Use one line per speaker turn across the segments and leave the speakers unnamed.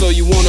So you wanna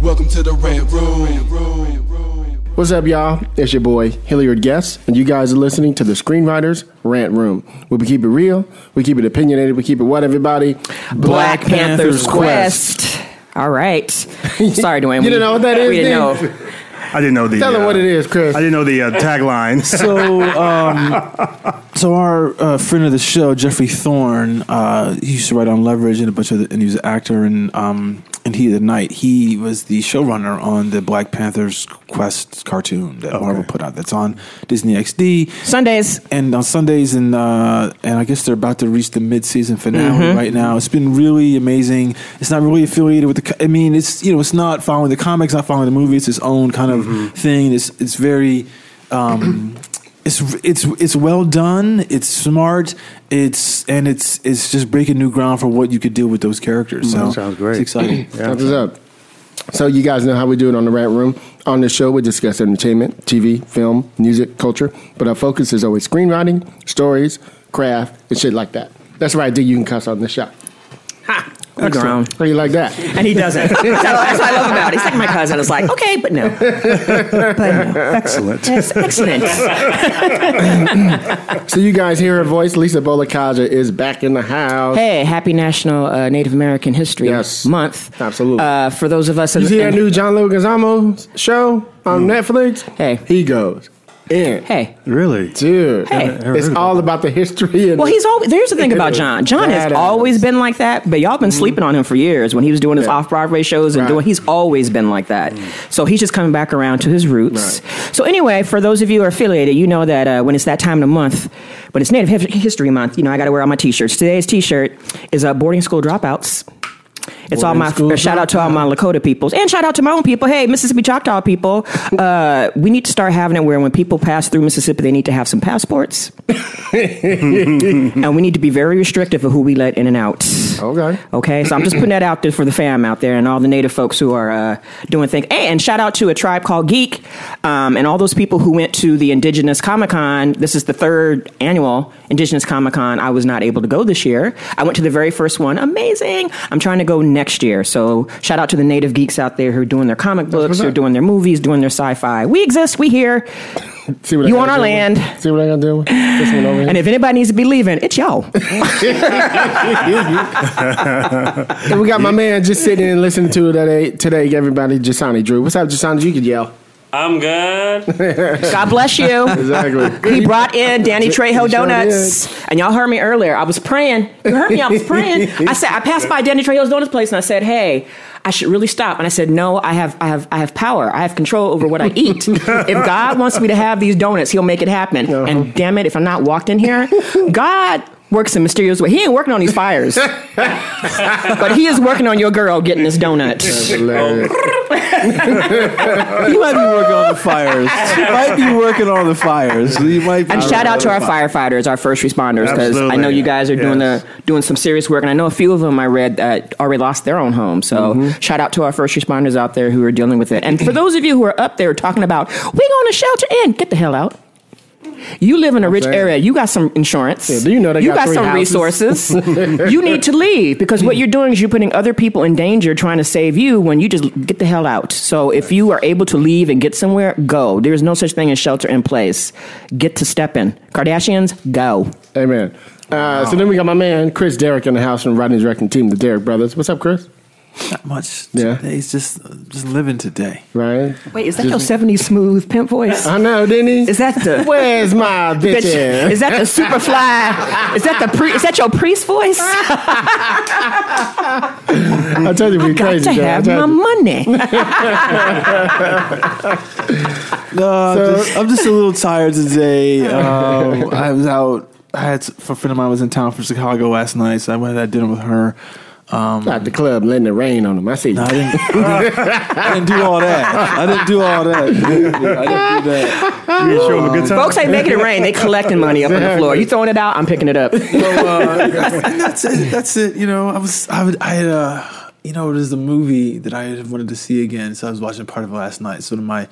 Welcome to the Red Room.
What's up, y'all? It's your boy Hilliard Guest, and you guys are listening to the Screenwriters Rant Room. We keep it real, we keep it opinionated, we keep it what everybody.
Black Panther's Quest. All right. Sorry, Dwayne.
You didn't know what that is,
We didn't
did
know.
I didn't know the.
Tell them
uh,
what it is, Chris.
I didn't know the uh, tagline.
So, um, so our uh, friend of the show, Jeffrey Thorne, uh, he used to write on Leverage and a bunch of, the, and he was an actor in um, in Heat of the Night. He was the showrunner on the Black Panther's Quest cartoon that Marvel put out. That's on Disney XD
Sundays.
and on Sundays, and uh, and I guess they're about to reach the mid-season finale
Mm-hmm.
right now. It's been really amazing. It's not really affiliated with the. co- I mean, it's you know, it's not following the comics, not following the movie. It's its own kind of
Mm-hmm.
thing. It's it's very. Um, It's, it's it's well done. It's smart. It's and it's it's just breaking new ground for what you could do with those characters. So
Mm-hmm. sounds great.
It's exciting.
That's what's up. So you guys know how we do it on the Rant Room. On this show, we discuss entertainment, TV, film, music, culture, but our focus is always screenwriting, stories, craft, and shit like that. That's right, D. You can cuss on this show.
Ha. Look around.
How you like that?
And he doesn't. That's what that's what I love about it. He's like my cousin. It's like, okay, but no. But no.
Excellent.
That's excellent.
So you guys hear her voice. Lisa Bolakaja is back in the house.
Hey, happy National uh, Native American History
Yes.
Month.
Absolutely.
Uh, for those of us in
You see that new John Leguizamo show on Netflix?
Hmm. Hey.
he goes in.
Hey.
Really?
dude,
Hey.
it's all about the history. And
Well, he's always there's the thing about John. John has
Badass. Mm-hmm.
always been like that, but y'all been sleeping on him for years when he was doing his
Yeah.
off Broadway shows and
Right. Mm.
doing. He's always been like that. So he's just coming back around to his roots. So anyway, for those of you who are affiliated, you know that uh, when it's that time of the month, when it's Native Hif- History Month, you know I got to wear all my T-shirts. Today's T-shirt is uh, boarding school dropouts. It's all
Boarding
my
school
shout out to all my Lakota peoples and shout out to my own people. Hey, Mississippi Choctaw people, uh, we need to start having it where when people pass through Mississippi, they need to have some passports and we need to be very restrictive of who we let in and out.
okay.
Okay, so I'm just putting that out there for the fam out there and all the native folks who are uh, doing things. Hey, and shout out to a tribe called Geek um, and all those people who went to the Indigenous Comic Con. This is the third annual Indigenous Comic Con. I was not able to go this year. I went to the very first one. Amazing. I'm trying to go next year. So shout out to the native geeks out there who are doing their comic books, who are
up.
doing their movies, doing their sci fi. We exist, we here.
See what I
You
gotta
on our
do?
land.
See what I gotta do? with This one over here.
And if anybody needs to be leaving, it's y'all.
And we got my man just sitting and listening to today. Today, everybody, Jasani Drew. What's up, Jasani? You could yell.
I'm good.
God bless you.
Exactly.
He brought in Danny
sure
Trejo donuts, and y'all heard me earlier. I was praying. You heard me. I was praying. I said I passed by Danny Trejo's donuts place, and I said, "Hey, I should really stop." And I said, "No, I have, I have, I have power. I have control over what I eat. if God wants me to have these donuts, He'll make it happen. And damn it, if I'm not walked in here, God." Works in mysterious way. He ain't working on these fires, but he is working on your girl getting this donut.
Hilarious.
He might be working on the fires. He might be working on the fires. He might be
And shout out to our firefighters, our first responders, because I know
Absolutely.
you guys are doing
Yes.
the doing some serious work, and I know a few of them I read that already lost their own home. So
Mm-hmm.
shout out to our first responders out there who are dealing with it. And for those of you who are up there talking about we going to shelter in, get the hell out. You live in a rich
saying.
area. You got some insurance.
Yeah, do you know they got three
some
houses?
resources. you need to leave because what you're doing is you're putting other people in danger trying to save you when you just get the hell out. So if you are able to leave and get somewhere, go. There is no such thing as shelter in place. Get to step in. Kardashians, go.
Amen. Uh, So then we got my man Chris Derrick in the house from Rodney's Wrecking Team, the Derrick Brothers. What's up, Chris?
Not much.
Yeah.
He's just just living today.
right?
Wait, is that your 70s smooth pimp voice?
I know, didn't he?
Is that the-
Where's my bitch? at?
Is that the super fly? Is that the pre, is that your priest voice? I
I told you we
got
crazy.
to
Joe. I
have
told
my
you.
money.
No,
So-
I'm, just, I'm just a little tired today. Um, I was out. I had a friend of mine was in town from Chicago last night, so I went and had dinner with her. Um,
At the club, letting it rain on him. I see. you.
I didn't, I didn't do all that. I didn't do all that. Believe me, I didn't do that.
You show him a good time.
Folks ain't making it rain. They collecting money up on the floor. You throwing it out, I'm picking it up.
So, uh, and that's it. That's it. You know, I was. I would. I had. Uh, you know, there's a movie that I had wanted to see again, so I was watching part of it last night. Sort of my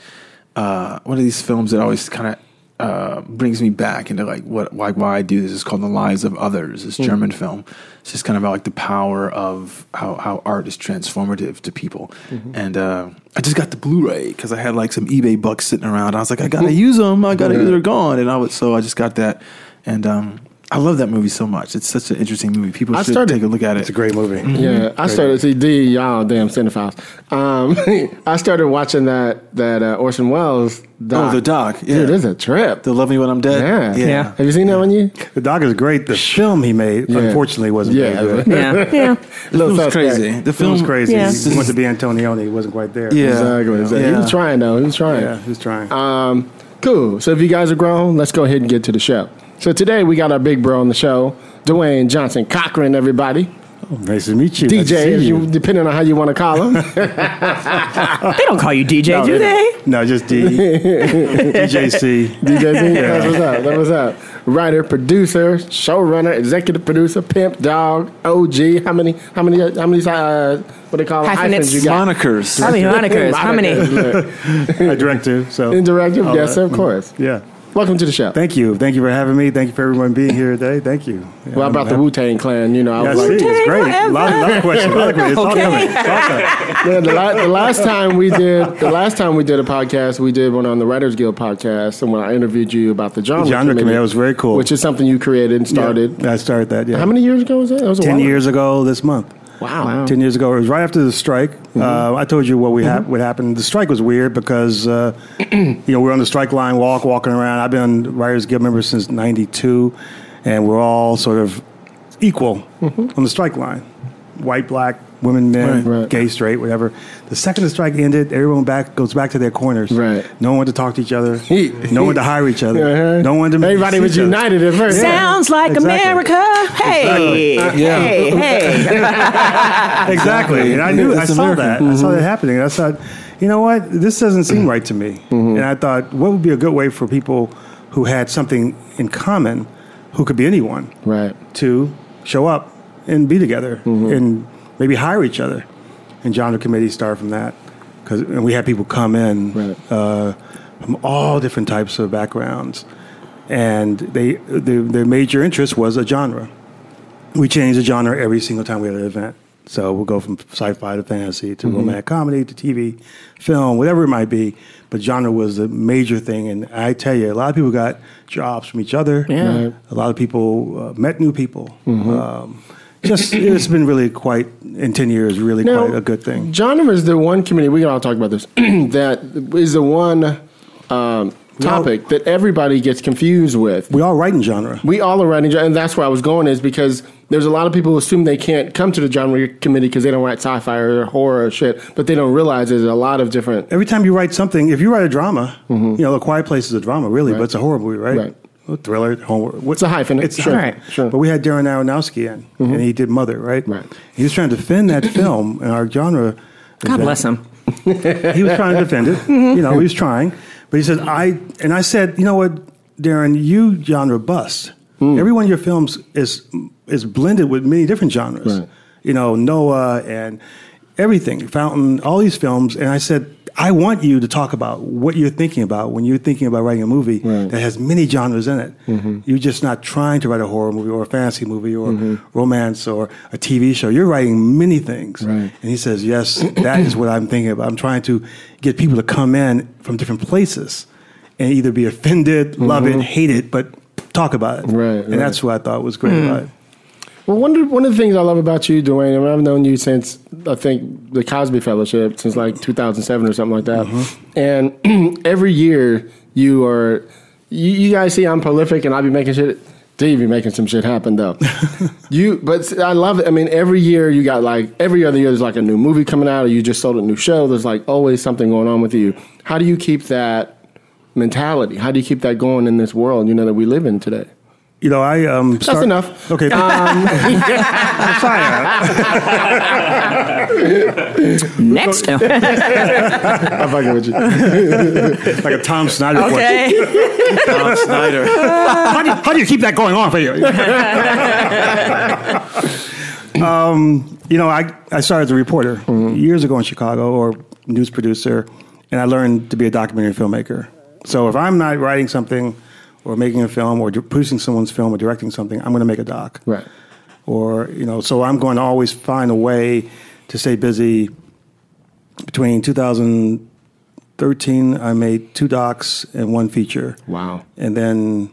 uh, one of these films that always kind of. Uh, brings me back into like what like why I do this is called the lives of others. This German film. It's just kind of about like the power of how, how art is transformative to people. And uh, I just got the Blu-ray because I had like some eBay bucks sitting around. I was like, I gotta use them. I gotta they're gone. And I would so I just got that. And um, I love that movie so much. It's such an interesting movie. People
I
should
started-
take a look at it.
It's a great movie.
Yeah, I started. See, D, y'all damn cinephiles. Um, I started watching that that uh, Orson Welles. Doc.
Oh, the doc, yeah.
Dude, it's a trip.
They'll love me when I'm
yeah.
dead.
Yeah.
Have you seen that one? You?
The dog is great. The film he made,
Yeah.
unfortunately, wasn't
Yeah.
very good.
Yeah. Yeah.
It
Little
was
suspect.
crazy. The
The film was crazy.
Yeah.
He wanted to be Antonioni. He wasn't quite there.
Yeah.
Exactly. exactly. He
Yeah.
was trying though. He was trying.
Yeah, he was trying.
Um, cool. So if you guys are grown, let's go ahead and get to the show. So today we got our big bro on the show, Dwayne Johnson Cochran. Everybody,
nice to meet you. Nice to
DJ,
see
if you, depending on how you want to call him.
They don't call you DJ,
No,
do they?
No, just D. DJC.
DJ Z, that's what's up. That was up. Writer, producer, showrunner, executive producer, pimp, dog, OG. How many? How many? How many? Uh, what they call them?
Hyphenates.
you got?
Monikers.
How many monikers? How many?
Monikers, look.
I drank too. So
Indirective.
All
yes,
that.
of course.
Yeah.
Welcome to the show.
Thank you. Thank you for having me. Thank you for everyone being here today. Thank you. Yeah,
well,
I'm
about the
happy-
Wu Tang Clan, you know, I
Yeah, I
was
see.
like,
It's great. A lot, lot of questions. lot of questions. It's all
Okay.
coming. It's all coming.
man, the, la- the last time we did, the last time we did a podcast, we did one on the Writers Guild podcast, and when I interviewed you about the genre,
Genre committee, that was very cool.
which is something you created and started.
Yeah, I started that. Yeah.
How many years ago was that? that was a
Ten
while ago.
years ago this month.
Wow. Mm-hmm.
Ten years ago, it was right after the strike. Uh, I told you what we hap- what happened. The strike was weird because uh, you know we're on the strike line, walk walking around. I've been Writers Guild member since '92, and we're all sort of equal on the strike line: white, black, women, men,
Mm-hmm. Right, right.
gay, straight, whatever. The second the strike ended, everyone back goes back to their corners.
Right.
No one to talk to each other. no one to hire each other.
Uh-huh.
No one to
Everybody
see
was
each other.
united at first.
Sounds like
Exactly.
America. Hey.
Yeah.
Hey, hey.
exactly. And I knew I
That's
saw
American.
that. I saw
Mm-hmm.
that happening. And I thought, you know what? This doesn't seem right to me.
Mm-hmm.
And I thought, what would be a good way for people who had something in common, who could be anyone,
Right.
to show up and be together
Mm-hmm.
and maybe hire each other. And John the committee started from that because we had people come in
Right.
uh, from all different types of backgrounds, and they their, their major interest was a genre. We change the genre every single time we had an event. So we'll go from sci-fi to fantasy to romantic comedy to TV, film, whatever it might be. But genre was the major thing, and I tell you, a lot of people got jobs from each other.
Yeah. Right.
A lot of people uh, met new people. Um, just it's been really quite in ten years, really
Now,
quite a good thing.
Genre is the one community we can all talk about this. that is the one um, topic that everybody gets confused with.
We all write in genre.
We all are writing, gen- and that's where I was going is because there's a lot of people who assume they can't come to the genre committee because they don't write sci-fi or horror or shit, but they don't realize there's a lot of different.
Every time you write something, if you write a drama, you know, The Quiet Place is a drama, really, but it's a horror movie, right?
Mm-hmm. Right.
A thriller, horror. What,
It's a hyphen.
It's
Sure,
sure,
Right. sure. Mm-hmm.
But we had Darren Aronofsky in, and he did Mother, right?
Right.
He was trying to defend that film and our genre.
God bless him.
he was trying to defend it. You know, he was trying. But he said, I, and I said, you know what, Darren, you genre bust.
Hmm.
Every one of your films is is blended with many different genres.
Right.
You know, Noah and everything, Fountain, all these films. And I said, I want you to talk about what you're thinking about when you're thinking about writing a movie
Right. Mm-hmm.
that has many genres in it. You're just not trying to write a horror movie or a fantasy movie or romance or a TV show. You're writing many things.
Right.
And he says, Yes, that is what I'm thinking about. I'm trying to get people to come in from different places and either be offended, love it, hate it, but talk about it.
Mm-hmm. Right,
And that's what I thought was great about it.
Well, one of, one of the things I love about you, Dwayne, I mean, I've known you since I think the Cosby Fellowship, since like 2007 or something like that. And every year you are, you, you guys see I'm prolific and I be making shit. Dave be making some shit happen though. you, but I love it. I mean, every year you got like every other year there's like a new movie coming out, or you just sold a new show. There's like always something going on with you. How do you keep that mentality? How do you keep that going in this world? You know that we live in today.
You know, I um. That's
enough.
Okay.
Next.
I'm fucking with you.
like a Tom Snyder. question.
okay.
Tom Snyder.
how, do you, how do you keep that going on for you? um, you know, I, I started as a reporter
Mm-hmm.
years ago in Chicago or news producer, and I learned to be a documentary filmmaker. So if I'm not writing something or making a film or di- producing someone's film or directing something, I'm going to make a doc
Right.
or you know so i'm going to always find a way to stay busy between 2013 i made two docs and one feature
Wow.
and then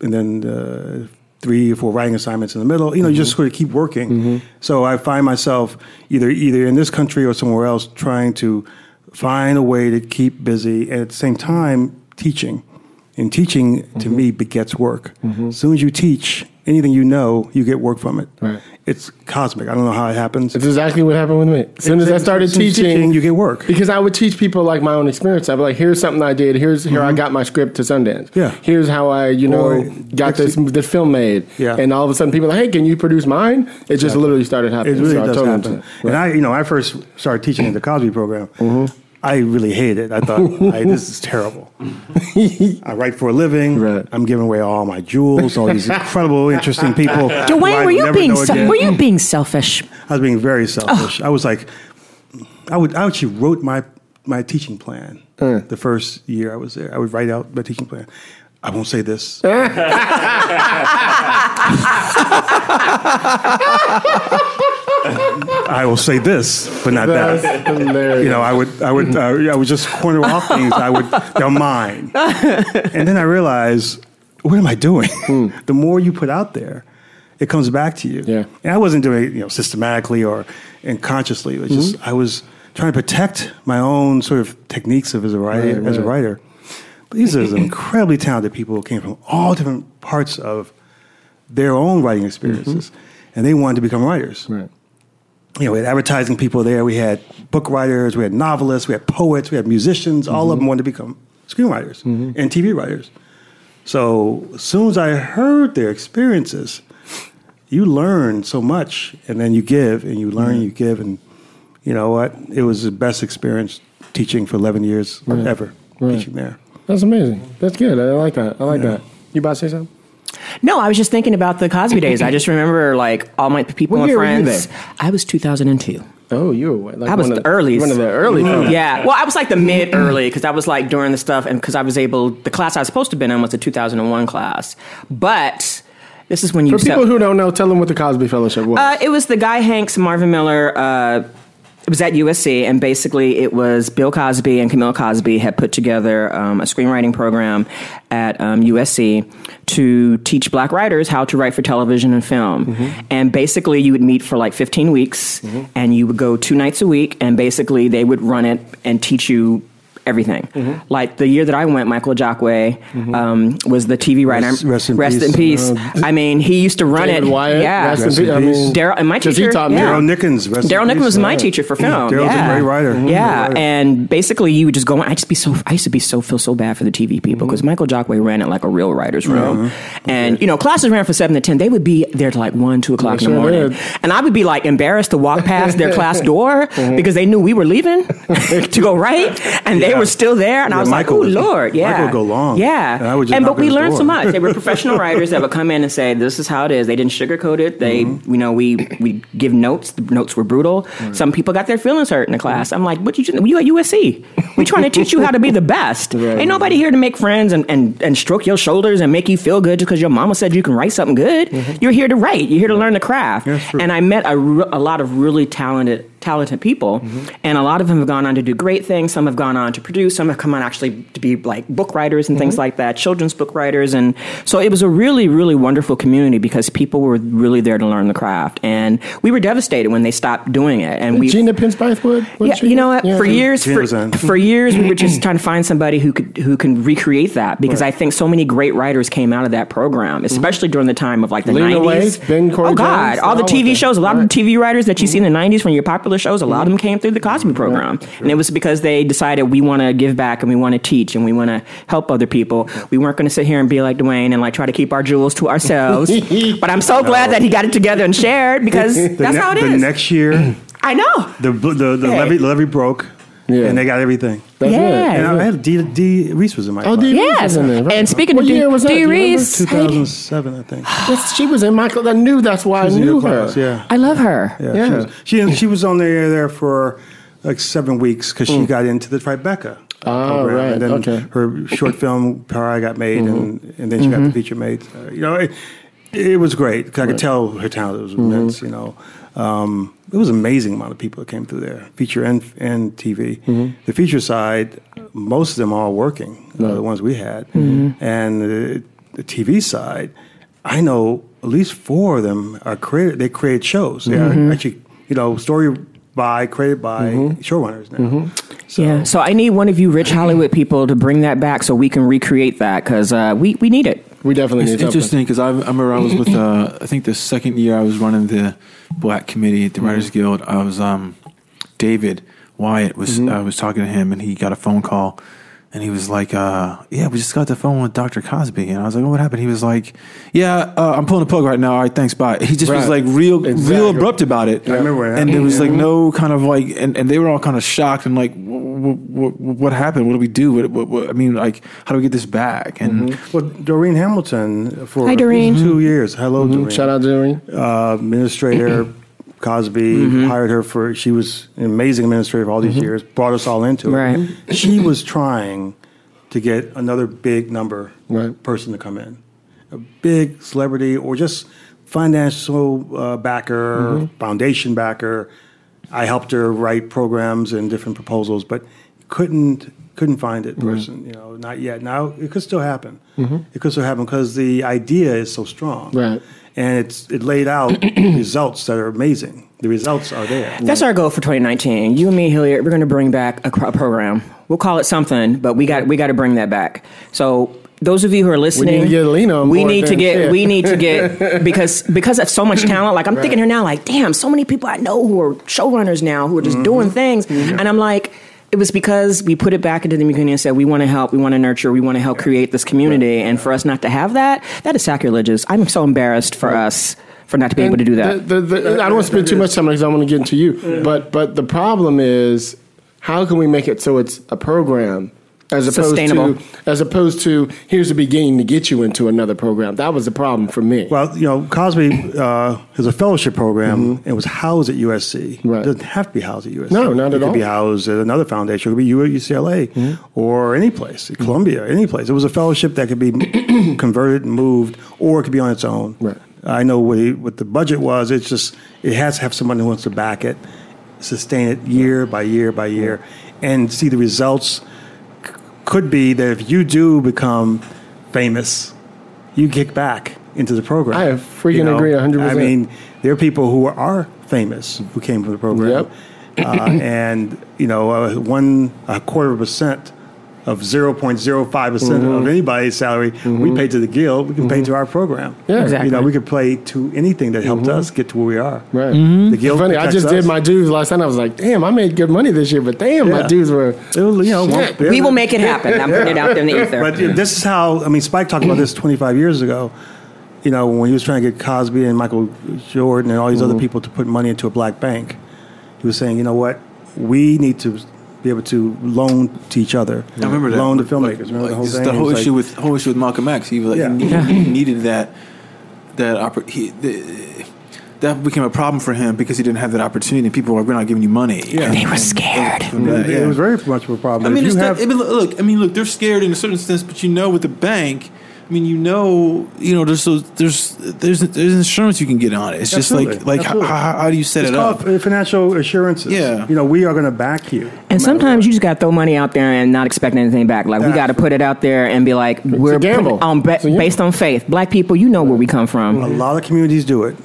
and then uh, three or four writing assignments in the middle you know you just
Mm-hmm.
sort of keep working so i find myself either either in this country or somewhere else trying to find a way to keep busy and at the same time teaching and teaching
Mm-hmm.
to me begets work as soon as you teach anything you know you get work from it
Right.
it's cosmic i don't know how it happens
It's exactly what happened with me. As soon as I started
As soon as
teaching,
you get work
because I would teach people like my own experience. I'd be like, "Here's something I did. Here's here I got my script to Sundance.
Mm-hmm. Yeah.
Here's how I you know
Or-
got this the film made.
Yeah.
And all of a sudden, people are like, "Hey, can you produce mine? It just literally started
It
happening.
really
So I
does
told them
happen.
to.
And I, you know, I first started teaching in the Cosby program.
Mm-hmm.
I really hated it. I thought, I, this is terrible. I write for a living.
Right.
I'm giving away all my jewels, all these incredible, interesting people. who I
Dwayne, were you
never
being
know
se-
again.
were you being selfish?
I was being very selfish. I was like, I would. I actually wrote my my teaching plan the first year I was there. I would write out my teaching plan. I won't say this. I will say this, but not
That's
that.
hilarious.
You know, I would, I would, uh, yeah, I would just corner off things. I would, they're mine. And then I realized, what am I doing? the more you put out there, it comes back to you.
Hmm. Yeah.
And I wasn't doing it, you know, systematically or and consciously. It was just
Mm-hmm.
I was trying to protect my own sort of techniques of as a writer.
Right,
As a
right.
writer, but these are some incredibly talented people who came from all different parts of their own writing experiences, and they wanted to become writers
Mm-hmm. Right.
you know, we had advertising people there. We had book writers, we had novelists, we had poets, we had musicians. All
Mm-hmm.
of them wanted to become screenwriters and TV writers. So as soon as I heard their experiences, you learn so much, and then you give, and you
Mm-hmm.
learn, you give, and you know what? It was the best experience teaching for eleven years ever teaching there.
That's amazing. That's good. I like that. I like that. You about to say something?
No, I was just thinking about the Cosby days. I just remember like all my people
What
and
year were you
friends.
there?
I was 2002.
Oh, you were like
I was
one
the
of
earliest. Mm-hmm.
One of the early. films.
Yeah. Well, I was like the mid early because I was like during the stuff and because I was able, the class I was supposed to have been in was the 2001 class. But this is when you
For people who don't know, tell them what the Cosby Fellowship was.
uh, it was the Guy Hanks, Marvin Miller. Uh, it was at USC, and basically, it was Bill Cosby and Camille Cosby had put together um, a screenwriting program at um, USC to teach black writers how to write for television and film. And basically, you would meet for like 15 weeks, and you would go two nights a week, and basically, they would run it and teach you everything. Like the year that I went, Michael Jackway um, was the TV writer.
Rest- rest in peace.
peace. I mean, he used to run
David
it.
Wyatt,
yeah.
rest in
Rest in
peace. I
peace.
mean,
Daryl and my
'cause he
teacher.
taught me.
yeah.
Daryl Nickens, rest in
Daryl Nickens
peace.
was my
Right.
teacher for film.
Daryl's a
yeah.
great writer. Mhm.
Yeah,
Great writer.
and basically you would just go. in- I just be so. I used to be so feel so bad for the TV people
Mm-hmm.
because Michael Jockway ran it like a real writer's room, and you know classes ran from seven to ten. They would be there till like one, two o'clock
They
in the
sure
morning,
did.
and I would be like embarrassed to walk past their class door
Mm-hmm.
because they knew we were leaving to go right, and they
Yeah.
were still there, and
Yeah,
I was
Michael
like, oh
was-
lord, yeah,
Michael would go long,
yeah,
and I would just knock
but
on
we
his
learned so
door.
much. They were professional writers that would come in and say, "This is how it is." They didn't sugarcoat it. They,
Mm-hmm.
you know, we we give notes. The notes were brutal. Some people got their feelings hurt in the class. I'm like, "What you doing? you at USC? We're trying to teach you how to be the best. Ain't nobody here to make friends and and and stroke your shoulders and make you feel good because your mama said you can write something good. You're here to write. You're here to learn the craft.
Mm-hmm. That's true.
And I met a, re- a lot of really talented talented people, and a lot of them have gone on to do great things. Some have gone on to produce. Some have come on actually to be like book writers and things like that, children's book writers, and so it was a really, really wonderful community because people were really there to learn the craft, and we were devastated when they stopped doing it. And we
Gina Pence Bythewood?
yeah, you know what? For years, for,
Gina's on.
for years, we were just trying to find somebody who could who can recreate that because I think so many great writers came out of that
Mm-hmm.
program, especially during the time of like the
Lena
nineties.
Waithe, Ben Corey
oh God,
Jones,
all the
all of
TV
them.
shows, a lot of the TV writers that you see in
Mm-hmm.
the nineties from your popular shows, a lot of them came through the Cosby program, and it was because they decided we want to give back and we want to teach and we want to help other people. We weren't going to sit here and be like Dwayne and like try to keep our jewels to ourselves. but I'm so glad that he got it together and shared because that's
ne-
how it
the
is.
next year,
I know.
the bl- the, the
Hey.
levy levy broke,
Yeah.
and they got everything.
That's
Yeah.
And
right.
I had D, D Reese was in my
Oh,
class.
D. Reese
Yes.
was in there, right?
And speaking
What
of D-
year was that?
D.
Do you remember?
Reese,
2007, I think.
Yes, she was in my class. I knew that's why I
She was in
Ah, knew
your
her.
class, Yeah.
I love her.
Yeah,
Yeah.
She, was, she she was on there there for like seven weeks because she got into the Tribeca.
Oh,
program.
Hmm. right.
And then
Okay.
her short film Power I got made, and, and then she got the feature made. Uh, you know, it, it was great 'cause I could tell her talent was immense. You know, um, it was an amazing amount of people that came through there, feature and and TV. The feature side, most of them are working. uh, the ones we had, and the, the TV side, I know at least four of them are created. They create shows. They are actually, you know, story by created by showrunners now. So,
Yeah. So I need one of you rich Hollywood people to bring that back so we can recreate that because uh, we, we need it.
We definitely
It's
need something.
interesting because I remember I was with uh, I think the second year I was running the Black Committee at the
Mm-hmm.
Writers Guild. I was um, David Wyatt was
Mm-hmm.
I was talking to him and he got a phone call and he was like, uh, "Yeah, we just got the phone with Dr. Cosby." And I was like, oh, "What happened?" He was like, "Yeah, uh, I'm pulling the plug right now. All right, thanks, bye." He just was
Right.
like real real
Exactly.
abrupt about it.
I remember what
and there
happened,
was
yeah.
like no kind of like and, and they were all kind of shocked and like w- w- w- what happened what do we do what, what, what i mean like how do we get this back
Mm-hmm.
and
Well, Doreen Hamilton for
Hi, Doreen.
two years. Hello, Doreen.
Mm-hmm. Shout out Mm-hmm. to Doreen.
Uh, administrator Cosby
Mm-hmm.
hired her for. She was an amazing administrator for all these years. Brought us all into it.
Right.
She was trying to get another big number
Right.
person to come in, a big celebrity or just financial uh, backer, foundation backer. I helped her write programs and different proposals, but couldn't couldn't find it person. You know, not yet. Now it could still happen. It could still happen because the idea is so strong,
Right.
And it's it laid out results that are amazing. The results are there.
That's our goal for 2019. You and me, Hilliard, we're going to bring back a, cro- program. We'll call it something, but we got we got to bring that back. So those of you who are listening,
get Lena on
we
board
need to
then,
get
shit.
we need to get because because of so much talent. Like I'm thinking here now, like damn, so many people I know who are showrunners now who are just
Mm-hmm.
doing things, and I'm like. It was because we put it back into the community and said we want to help, we want to nurture, we want to help create this community, and for us not to have that, that is sacrilegious. I'm so embarrassed for us for not to be able to do that.
The, the, the, I don't want to spend too much time because I want to get into you. But but the problem is, how can we make it so it's a program as opposed
Sustainable.
to as opposed to here's the beginning to get you into another program? That was the problem for me.
Well, you know, Cosby uh, is a fellowship program and was housed at USC.
Mm-hmm. Right.
It doesn't have to be housed at USC.
No, not
it
at
could
all. Mm-hmm.
be housed at another foundation. It could be U- UCLA or any place, Columbia, any place. It was a fellowship that could be converted and moved, or it could be on its own.
Right.
I know what, he, what the budget was. It's just, it has to have someone who wants to back it, sustain it year by year by year, and see the results. C- Could be that if you do become famous, you kick back into the program.
I freaking agree 100%.
I mean, there are people who are famous who came from the program.
Yep.
uh, and, you know, uh, one, a quarter of a percent of 0.05% percent of
Mm-hmm.
anybody's salary we pay to the guild, we can pay to our program.
Yeah. Mm-hmm.
You know,
Exactly.
we could play to anything that helped us get to where we are.
Right.
Mm-hmm.
The guild
Funny, I
protects
just did
us.
my dues last night. I was like, damn, I made good money this year, but damn, my
Yeah.
dues were.
It was, you know,
Shit.
one-
We will make it happen. I'm putting it out there in the ether.
But this is how I mean. Spike talked about this 25 years ago. You know, when he was trying to get Cosby and Michael Jordan and all these
Mm-hmm.
other people to put money into a black bank, he was saying, you know what, we need to be able to loan to each other.
I remember that.
loan to
Like,
filmmakers. remember
like,
the whole
this-
thing.
The
It
whole
was like-
issue with whole issue with Malcolm X. He was like,
Yeah.
he, he needed that that oppor- he, the, that became a problem for him because he didn't have that opportunity. And people were, like, we're not giving you money. Yeah.
They were scared.
it, was very much of a problem.
I mean,
if
it's
you
not-
have,
I mean, look. I mean, look. They're scared in a certain sense, but you know, with the bank, I mean, you know, you know, there's those, there's there's there's insurance you can get on it. It's just
Absolutely.
like like how,
Absolutely.
how, how do you set
It's
it up?
called uh, financial assurances.
Yeah.
You know, we are going to back you.
And sometimes you just gotta throw money out there and not expect anything back. Like we
That's
gotta
true.
put it out there and be like, we're
gamble.
putting- on ba-
It's a gamble.
based on faith. Black people, you know where we come from.
A lot of communities do it.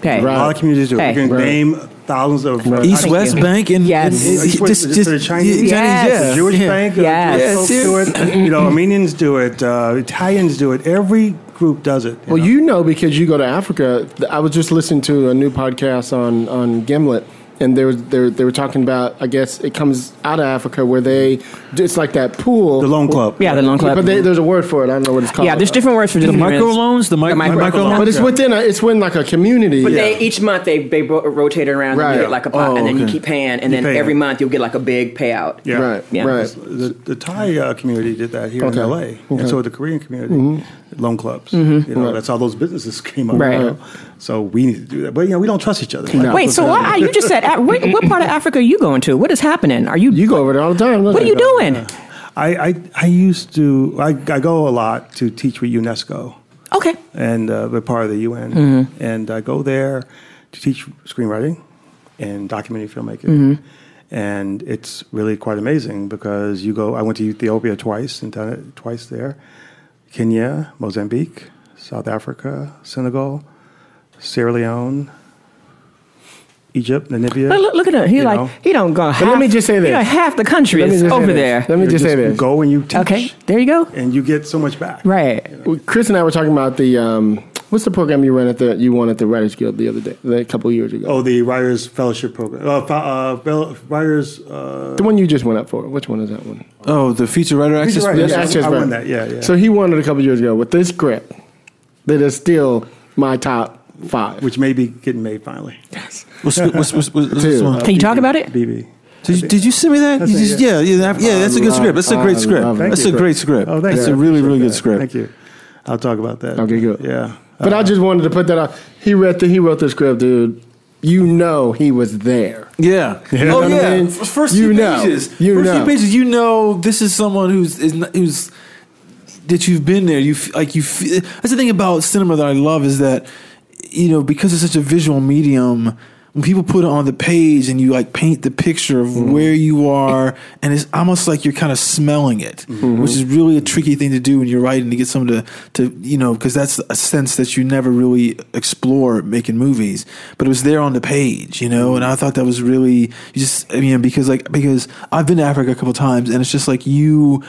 Okay.
A lot
Right.
of communities do it.
Hey.
You can
Right.
name thousands of uh,
East
Thank
West
you.
Bank and
Yes.
and- and-
East West-
just- just-
the Chinese-
yeah,
Yes.
yeah.
Jewish
Yeah.
bank,
Yes.
yes. folks
Yes,
do it. You know, Armenians do it. Uh, Italians do it. Every group does it.
Well, you know because you go to Africa. th- I was just listening to a new podcast on on Gimlet, and they were they were, they were talking about. I guess it comes out of Africa where they it's like that pool.
the loan club.
Yeah, the loan club.
But they, there's a word for it. I don't know what it's called.
yeah, there's different words for
The
different
microloans, the, mi-
The micro-
microloans.
But it's within a, it's within like a community.
But they each month they they ro- rotate it around and
Right.
you get like a pot,
Oh,
and then you
okay.
keep paying, and then
pay.
every month you'll get like a big payout.
Yeah.
Right.
Yeah.
Right.
The, the Thai uh, community did that here
Okay.
in LA,
Okay.
and so did the Korean community, loan clubs. You know, that's how those businesses came up.
Right.
know? So we need to do that, but you know, we don't trust each other.
Wait, so why, are you just said Af- what, what part of Africa are you going to? What is happening? Are you,
You go over there all the time. don't
What are you doing?
I, I I used to I, I go a lot to teach with UNESCO
Okay,
and uh, we're part of the UN, and I go there to teach screenwriting and documentary filmmaking. And it's really quite amazing because you go. I went to Ethiopia twice and done it twice there, Kenya, Mozambique, South Africa, Senegal, Sierra Leone, Egypt, Namibia.
Look- look, look at him. He
You
like
know.
he don't go. Half,
let me just say
he
this.
done half the country
Let me
is
just say
over
this.
there.
Let me just say this.
Go and you teach.
Okay, there you go.
And you get so much back.
Right.
Well, Chris and I were talking about the um, what's the program you ran at the you won at the Writers Guild the other day, a couple of years ago.
Oh, the Writers Fellowship Program. Uh, fe- uh, fel- writers. Uh,
The one you just went up for. Which one is that one?
Oh, the feature writer access.
writer,
Yes.
yeah.
Access
I won
Brown.
that, yeah, yeah.
So he won it a couple years ago with this script that is still my top five.
which may be getting made finally.
What's- what's- what's- what's this
Two.
one?
Uh,
Can you talk about it?
BB.
Did you, did you send me that? You
it,
just- yeah, yeah, that- yeah. That's a good
I
script. That's a great
love
script.
it.
That's a
Thank you.
great script.
Oh, thank
That's
you.
a really,
Appreciate
really good
that.
script.
Thank you. I'll talk about that.
Okay, good.
Yeah.
But
Uh,
I just wanted to put that out. He read the he wrote the script, dude. You know he was there.
Yeah.
know
Oh
what I
yeah.
mean?
F- First
You
few
know.
pages.
You
first
know.
few pages. You know this is someone who's is not, who's that you've been there. You f- like you. f- That's the thing about cinema that I love is that you know because it's such a visual medium. When people put it on the page and you like paint the picture of where you are, and it's almost like you're kind of smelling it, which is really a tricky thing to do when you're writing to get someone to, to you know, because that's a sense that you never really explore making movies. But it was there on the page, you know, and I thought that was really you just, I mean, because like because I've been to Africa a couple times, and it's just like you,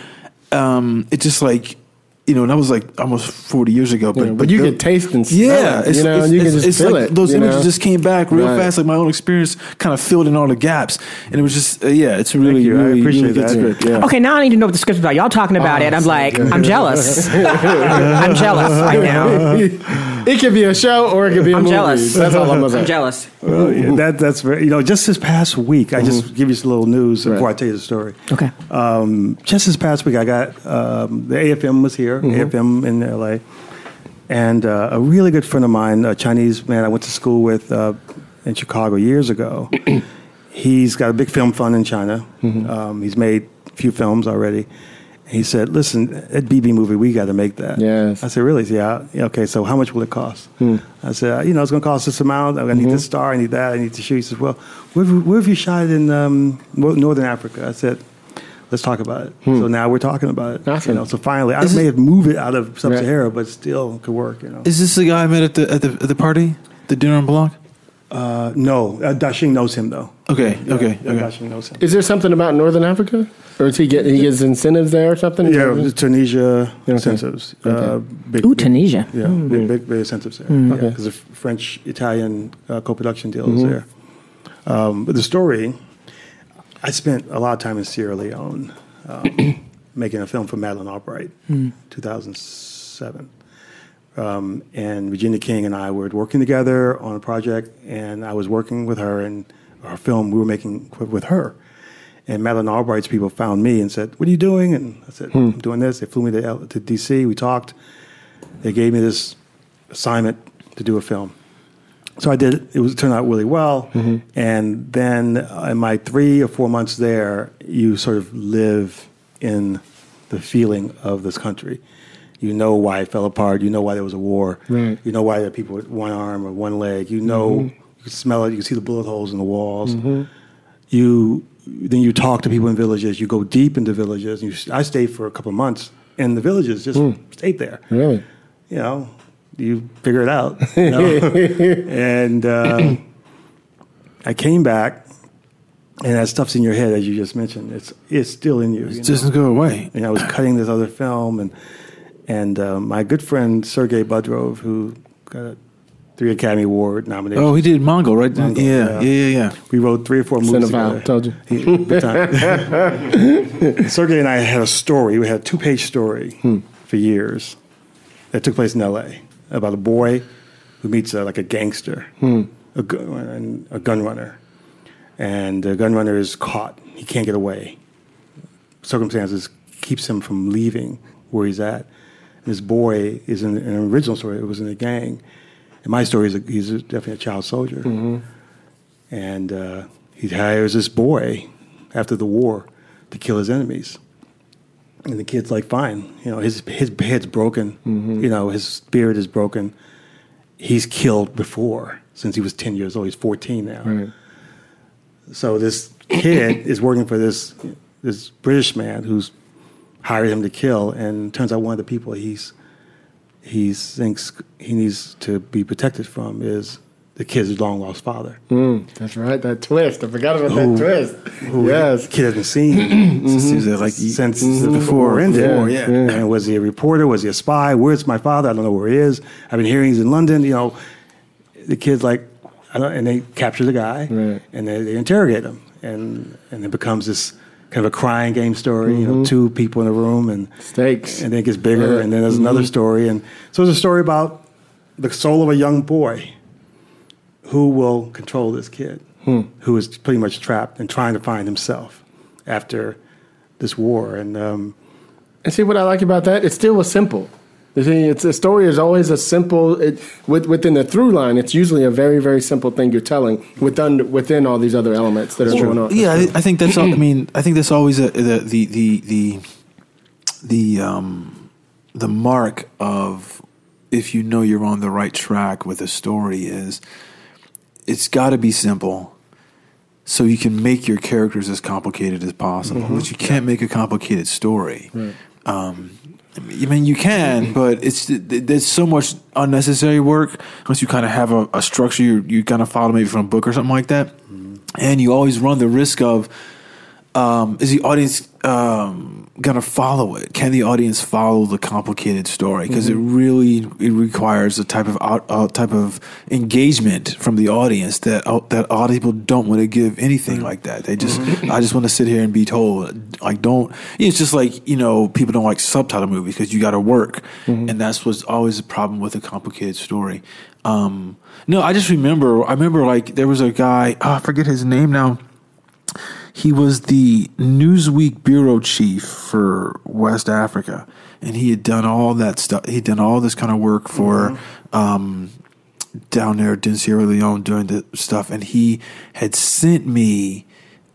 um, it's just like you know, and that was like almost forty years ago. But
Yeah, but you
the-
can taste and smell
yeah,
it, you know, and you can just feel
like
it,
Those
you
images
know?
just came back real
Right.
fast. Like my own experience kind of filled in all the gaps, and it was just uh, yeah, it's really
you. I
really,
appreciate
really good
that.
script. Yeah.
Okay, now I need to know what the script's about. Y'all talking about it. I'm like,
Oh,
I'm jealous. I'm jealous right now.
it could be a show or it could be a
I'm
movie.
jealous.
That's all I'm gonna say.
I'm jealous.
well, yeah, that, that's very, you know, just this past week, I
Mm-hmm.
just give you some little news before I
Right.
tell you the story.
Okay.
Um, just this past week, I got um, the AFM was here, AFM in LA, and uh, a really good friend of mine, a Chinese man I went to school with uh, in Chicago years ago. he's got a big film fund in China. Um, he's made a few films already. He said, "Listen, that BB movie, we got to make that."
Yes.
I said, "Really?" He said, Yeah. "Yeah." Okay, so how much will it cost?
Hmm.
I said, "You know, it's going to cost this amount. I need
Mm-hmm.
this star. I need that. I need to shoot." He says, "Well, where have you, where have you shot it in um, Nor- Northern Africa?" I said. Let's talk about it. So now we're talking about it.
Awesome.
You know, so finally, I
Hmm. Is
may
it-
have moved it out of Sub-Sahara, but still could work. You know,
Is this the guy I met at the at the, at the party, the dinner on block?
uh, no, uh, Dashing knows him though.
Okay, okay,
Yeah,
okay.
Dashing knows him.
Is there something about Northern Africa, or is he get he gets incentives there or something?
Yeah, Tunisia
Okay.
incentives. Uh, big,
Ooh, Tunisia. Hmm.
Yeah, big, big, big incentives there. Because
Okay.
the F- French Italian uh, co production deal
Mm-hmm.
is there. Um, but the story I spent a lot of time in Sierra Leone um, making a film for Madeline Albright,
Hmm.
2007. Um, and Regina King and I were working together on a project, and I was working with her and our film we were making with her. And Madeline Albright's people found me and said, "What are you doing?" And I
Hmm.
said, "I'm doing this." They flew me to, L- to DC. We talked. They gave me this assignment to do a film. So I did. It was it turned out really well.
Mm-hmm.
And then uh, in my three or four months there, you sort of live in the feeling of this country. You know why it fell apart. You know why there was a war.
Right. Mm-hmm.
You know why there are people with one arm or one leg. You know, you can smell it. You can see the bullet holes in the walls. You then you talk to people in villages. You go deep into villages. You, I stayed for a couple of months in the villages. Just stayed there
Mm. Really?
you know, you figure it out. you know? and uh, I came back, and that stuff's in your head, as you just mentioned. It's it's still in you. you
It
know?
doesn't go away.
and I was cutting this other film, and and uh, my good friend Sergey Budrov, who got a three Academy Award nomination.
Oh, he did Mongol, right?
Mongol,
yeah, yeah,
yeah.
yeah, yeah.
we wrote three or four movies together.
Cinephile, told you.
He- big time. Sergey and I had a story. We had a two-page story
Hmm.
for years that took place in L.A. about a boy who meets a, like a gangster,
Hmm.
a, gu- and a gun runner, and the gun runner is caught. He can't get away. Circumstances keeps him from leaving where he's at. And this boy is in in an original story. It was in a gang. And my story is a, he's a, definitely a child soldier
Mm-hmm.
and uh, he hires this boy after the war to kill his enemies. And the kid's like, fine, you know, his his head's broken, you know, his spirit is broken. He's killed before since he was ten years old. He's fourteen now.
Right.
So this kid is working for this this British man who's hired him to kill, and turns out one of the people he's he thinks he needs to be protected from is the kid's long lost father.
That's right. That twist. I forgot about that twist.
who
yes.
the kid hasn't seen
Since he was, uh, like
since
Mhm.
before it ended.
Before, yeah. Yeah.
And was he a reporter? Was he a spy? Where's my father? I don't know where he is. I've been hearing he's in London. You know, the kid's like, I don't, and they capture the guy
Right.
and they, they interrogate him, and and it becomes this kind of a crying game story. You
Mm-hmm.
know, two people in a room and
Stakes.
and then it gets bigger, and then there's another story, and so it's a story about the soul of a young boy who will control this kid who is pretty much trapped and trying to find himself after this war. And um,
And see what I like about that? It still was simple. You see, it's a story is always a simple it, with, within the through line. It's usually a very very simple thing you're telling within within all these other elements that are going on.
Yeah, I, I think that's. All, I mean, I think that's always a, the the the the the um the mark of if you know you're on the right track with a story is it's got to be simple so you can make your characters as complicated as possible but you can't make a complicated story um, I mean- I mean you can but it's th- th- there's so much unnecessary work unless you kind of have a, a structure you, you kind of follow maybe from a book or something like that and you always run the risk of um, is the audience um, gonna follow it? Can the audience follow the complicated story? Because it really it requires a type of out, uh, type of engagement from the audience that uh, that a lot of people don't want to give anything like that. They just I just want to sit here and be told like don't. It's just like you know people don't like subtitle movies because you got to work, and that's what's always the problem with a complicated story. Um, no, I just remember I remember like there was a guy oh, I forget his name now he was the Newsweek bureau chief for West Africa, and he had done all that stuff. He'd done all this kind of work for um, down there in Sierra Leone doing the stuff, and he had sent me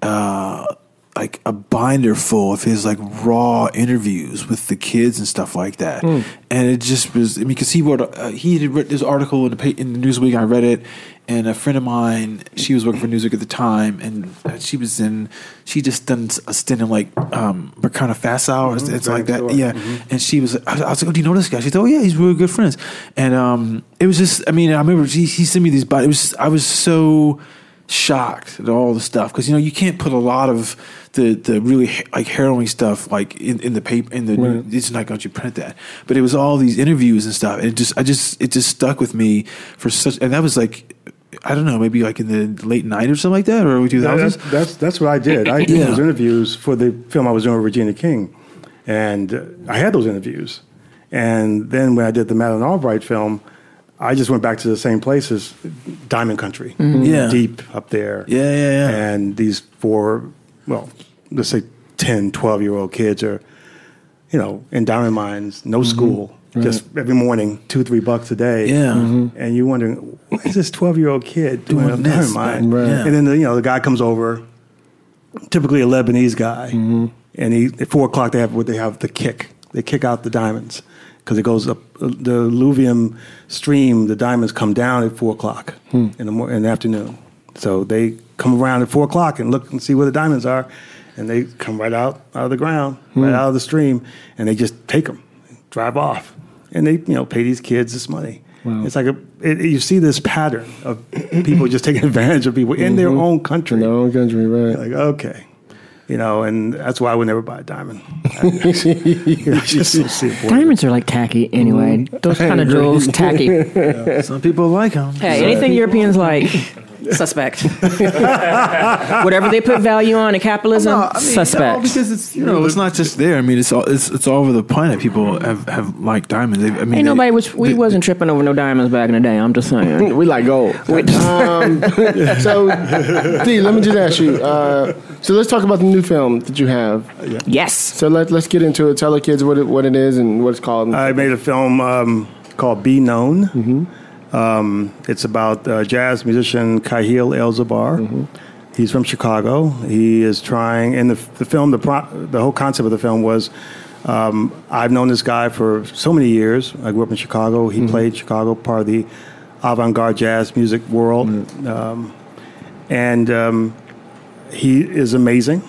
uh, like a binder full of his like raw interviews with the kids and stuff like that. And it just was, I mean, because he wrote, uh, he had written this article in the, pa- in the Newsweek. I read it, and a friend of mine, she was working for Newsweek at the time, and uh, she was in, she just done a stint in like um, Burkina Faso or something like that. Yeah, and she was, I was, I was like, oh, do you know this guy? She said, oh yeah, he's really good friends. And um, it was just, I mean, I remember he, he sent me these, but it was, I was so shocked at all the stuff because you know you can't put a lot of the the really ha- like harrowing stuff like in, in the paper in the it's not going to print that but it was all these interviews and stuff and it just I just it just stuck with me for such and that was like I don't know maybe like in the late night or something like that or early two
that's,
thousands
that's, that's what I did. I did
Yeah.
those interviews for the film I was doing with Regina King, and uh, I had those interviews. And then when I did the Madeline Albright film, I just went back to the same places, Diamond Country,
Mm-hmm. Yeah.
deep up there.
Yeah, yeah, yeah.
And these four, well, let's say 10, 12 year old kids are, you know, in diamond mines, no
Mm-hmm.
school, just every morning, two, three bucks a day.
Yeah. Mhm.
And you're wondering, what is this 12 year old kid doing,
Doing
up
this,
diamond mine?
right. Yeah.
And then, the, you know, the guy comes over, typically a Lebanese guy, and he, at four o'clock, they have what they have the kick. They kick out the diamonds because it goes up uh, the alluvium stream. The diamonds come down at four o'clock in the mor- in the afternoon. So they come around at four o'clock and look and see where the diamonds are, and they come right out out of the ground, right out of the stream, and they just take them, drive off, and they you know pay these kids this money. It's like a it, you see this pattern of people just taking advantage of people in their own country.
in their own country, right?
Like, okay. You know, and that's why I would never buy a diamond. You know, just so simple.
Diamonds are like tacky anyway. Those kind of jewels, tacky.
Some people like them.
Hey, anything Europeans like, suspect. Whatever they put value on in capitalism,
Oh,
No,
suspect.
because it's you know it's not just there. I mean, it's all it's, it's all over the planet. People have have like diamonds. They, I mean,
Ain't
they-
nobody was we
they-
wasn't tripping over no diamonds back in the day. I'm just saying.
We like gold. um, so, D, let me just ask you. Uh, so let's talk about the new film that you have.
yes.
So let let's get into it. Tell the kids what it, what it is and what it's called.
I made a film um, called Be Known. Um, it's about uh, jazz musician Kahil Elzabar. He's from Chicago. He is trying, and the, the film, the, pro, the whole concept of the film was um, I've known this guy for so many years. I grew up in Chicago. He played Chicago, part of the avant garde jazz music world. Um, and um, he is amazing.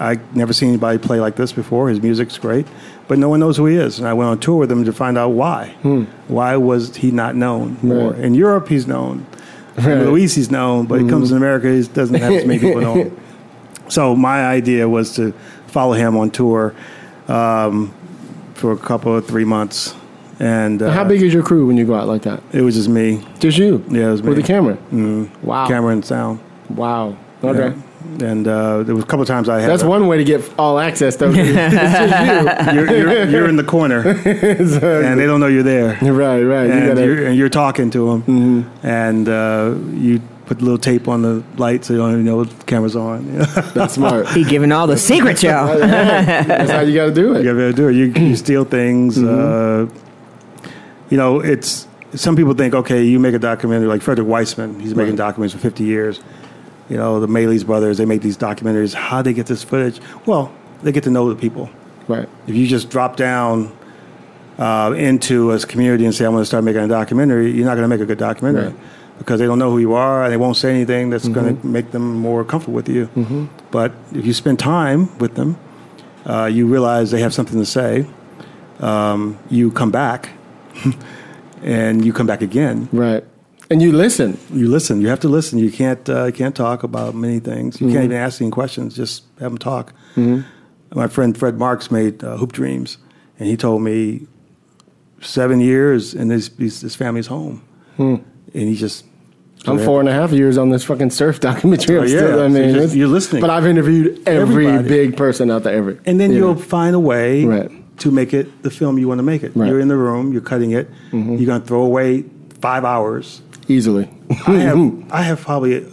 I never seen anybody play like this before. His music's great, but no one knows who he is. And I went on tour with him to find out why. Why was he not known more?
Hmm. Right.
In Europe, he's known. In Luis, he's known, but he comes
Hmm.
to America, he doesn't have as many people know him. So my idea was to follow him on tour um, for a couple of three months, and uh,
How big is your crew when you go out like that?
it was just me,
Just you?
Yeah, it was
With
me. Mm-hmm.
the camera. Wow.
camera and sound.
Wow. Ah. Okay.
And uh, there was a couple of times I had
That's
a-
one way to get all access, though. right,
you're, you're, you're in the corner, and they don't know you're there.
right. You
and,
gotta, Mm-hmm.
you're, and you're talking to them, and uh, you put a little tape on the light so you don't even know what the camera's on. you
that's smart.
He giving all the secrets, y'all.
That's how you got to do it.
gotta do it. You, you steal things.
Mm-hmm.
Uh, you know, it's some people think, okay, you make a documentary like Frederick Weissman. He's making documentaries for 50 years. You know, the Maley's brothers. They make these documentaries. How they get this footage? Well, they get to know the people.
Right.
if you just drop down uh, into a community and say, I'm going to start making a documentary, you're not going to make a good documentary
Right.
because they don't know who you are and they won't say anything that's going to make them more comfortable with you. But if you spend time with them, uh, you realize they have something to say. Um, you come back and you come back again.
Right. And you listen.
You listen. You have to listen. You can't uh, you can't talk about many things. You
Mm-hmm.
can't even ask any questions. Just have them talk. My friend Fred Marks made uh, Hoop Dreams, and he told me seven years in his his, his family's home,
Hmm.
and he just
I'm
so
four and a half years on this fucking surf documentary. I'm
Oh, yeah.
still, I
So
mean,
just-
it's-
you're listening.
But I've interviewed every
Everybody.
big person out there ever.
and then
you
you'll
know.
find a way
Right.
to make it the film you want to make it.
Right. Mm-hmm.
You're in the room. You're cutting it. You're going to throw away five hours.
easily.
I have I have probably a,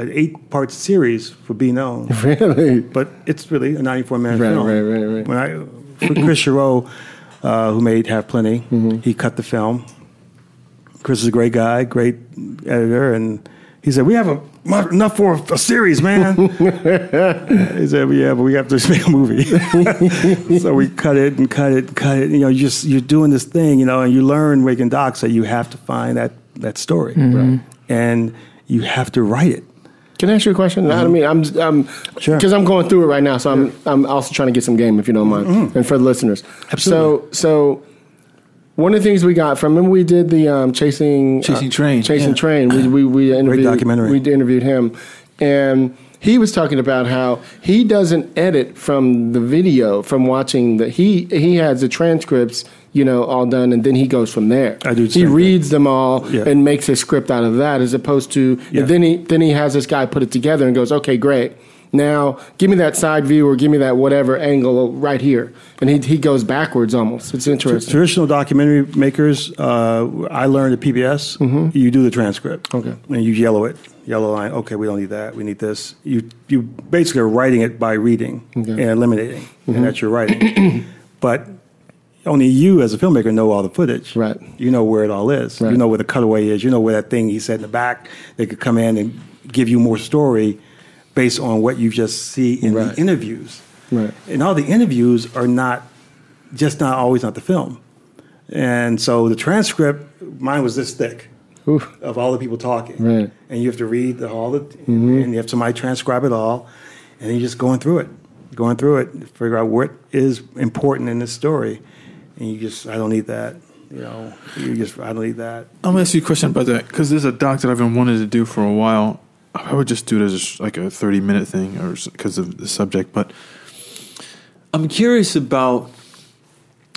an eight part series for Be Known.
really.
but it's really a 94 minute
Right,
film.
right, right, right.
When I, for Chris Chereau, uh, who made Have Plenty, he cut the film. Chris is a great guy, great editor, and he said, "We have a, mu- enough for a, series, man." he said, "Yeah, but we have to make a movie." so we cut it and cut it, and cut it. You know, you just you're doing this thing, you know, and you learn making docs that you have to find that that story, and you have to write it.
Can I ask you a question? I mean, I'm, I'm,
Mm-hmm. Sure.
because I'm going through it right now, so I'm, I'm also trying to get some game, if you don't mind, and for the listeners.
Mm-hmm. Absolutely.
So, so one of the things we got from him, we did the um, chasing,
Chasing Train,
chasing
yeah.
train. We, we, we interviewed,
documentary.
We interviewed him, and he was talking about how he doesn't edit from the video from watching the he he has the transcripts. You know, all done, and then he goes from there.
I do the
He
same thing.
reads them all
Yeah.
and makes a script out of that, as opposed to
Yeah.
and then he then he has this guy put it together and goes, okay, great. Now give me that side view or give me that whatever angle right here, and he he goes backwards almost. It's interesting.
Traditional documentary makers, uh, I learned at PBS, you do the transcript.
Mm-hmm. Okay.
And you yellow it, yellow line. Okay, we don't need that. We need this. You you basically are writing it by reading and eliminating,
Mm-hmm.
and that's your writing. but only you as a filmmaker know all the footage.
Right.
You know where it all is.
Right.
You know where the cutaway is. You know where that thing he said in the back. They could come in and give you more story based on what you just see in
Right.
the interviews
Right.
and all the interviews are not just not always not the film. And so the transcript, mine was this thick of all the people talking.
Right.
And you have to read the, all the, and you have somebody transcribe it all. And you're just going through it, going through it, figure out what is important in this story. And you just, I don't need that. You know, you just, I don't need that.
I'm gonna ask you a question about that because there's a doc that I've been wanting to do for a while. I would just do it as like a 30 minute thing, or because of the subject. But I'm curious about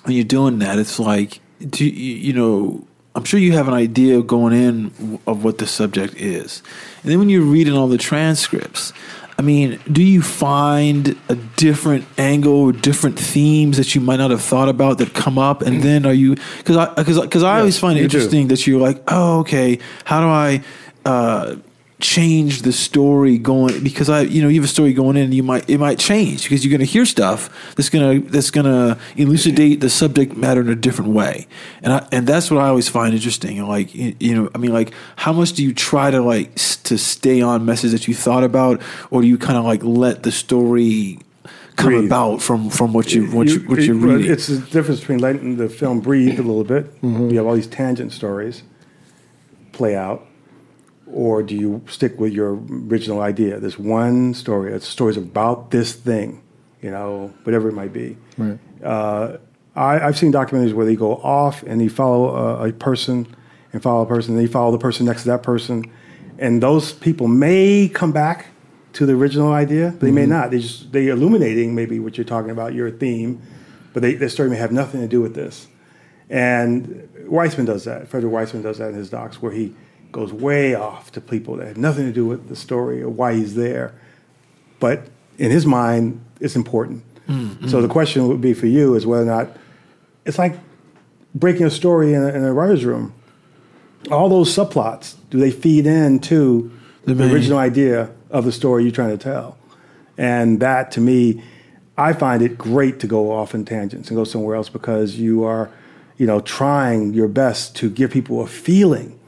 when you're doing that. It's like, do you, you know? I'm sure you have an idea going in w- of what the subject is, and then when you're reading all the transcripts. I mean, do you find a different angle, or different themes that you might not have thought about that come up, and then are you? Because I, because because I always find it
you do.
interesting that you're like, oh, okay, how do I uh, change the story going? Because I, you know, you have a story going in, and you might it might change because you're going to hear stuff that's gonna that's gonna elucidate the subject matter in a different way, and I, and that's what I always find interesting. And like you, you know, I mean, like how much do you try to like s- to stay on message that you thought about, or do you kind of like let the story come
Breathe.
about from from what you what you, what
it-
you're
well,
reading? Mm-hmm.
It's the difference between letting the film breathe a little bit. You have all these tangent stories play out, or do you stick with your original idea? This one story. It's stories about this thing, you know, whatever it might be.
Right.
Uh, I, I've seen documentaries where they go off and they follow a, a person and follow a person, and they follow the person next to that person, and those people may come back to the original idea. They may not. They just they illuminating maybe what you're talking about, your theme, but they, their story may have nothing to do with this. And Weissman does that. Frederick Weissman does that in his docs, where he goes way off to people that have nothing to do with the story or why he's there but in his mind, it's important. So the question would be for you is whether or not it's like breaking a story in a, in a writer's room. All those subplots do they feed into the,
main-
original idea of the story you're trying to tell? And that to me, I find it great to go off in tangents and go somewhere else because you are, you know, trying your best to give people a feeling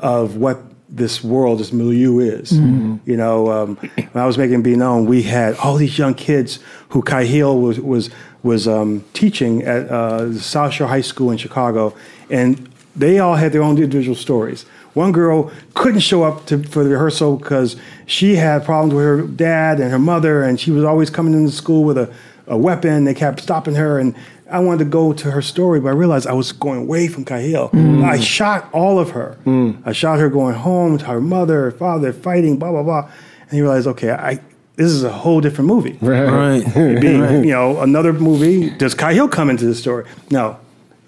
of what this world, this milieu is. You know, um, when I was making Be Known, we had all these young kids who Cahill was was was um, teaching at uh, South Shore High School in Chicago, and they all had their own individual stories. One girl couldn't show up to, for the rehearsal because she had problems with her dad and her mother, and she was always coming into school with a, a weapon. They kept stopping her, and I wanted to go to her story, but I realized I was going away from Cahill. I shot all of her. I shot her going home to her mother, her father, fighting, blah blah blah. And he realized, okay, I this is a whole different movie.
right.
It'd be, you know, another movie. Does Cahill come into the story? No.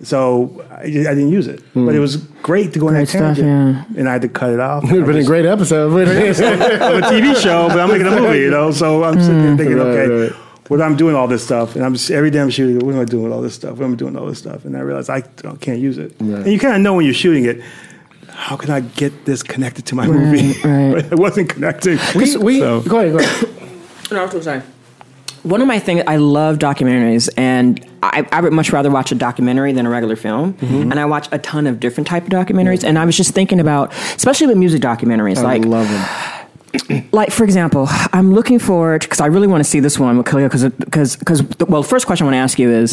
So I, I didn't use it, but it was great to go in that
Great stuff,
tangent, and I had to cut it off.
It would have been a great episode. wouldn't it?
of a TV show, but I'm making a movie, you know. So I'm sitting there thinking,
Right,
okay,
right.
what I'm doing all this stuff, and I'm just, every damn shooting, what am I doing with all this stuff? What am I doing with all this stuff? And I realize I don't- can't use it. And you kind of know when you're shooting it. How can I get this connected to my movie?
right.
But it wasn't connected.
We, we
So-
go ahead, go ahead.
No, I was gonna say. One of my things, I love documentaries, and I, I would much rather watch a documentary than a regular film. And I watch a ton of different type of documentaries. And I was just thinking about, especially with music documentaries, like
love him.
like for example, I'm looking forward because I really want to see this one with Khalil because because because well, first question I want to ask you is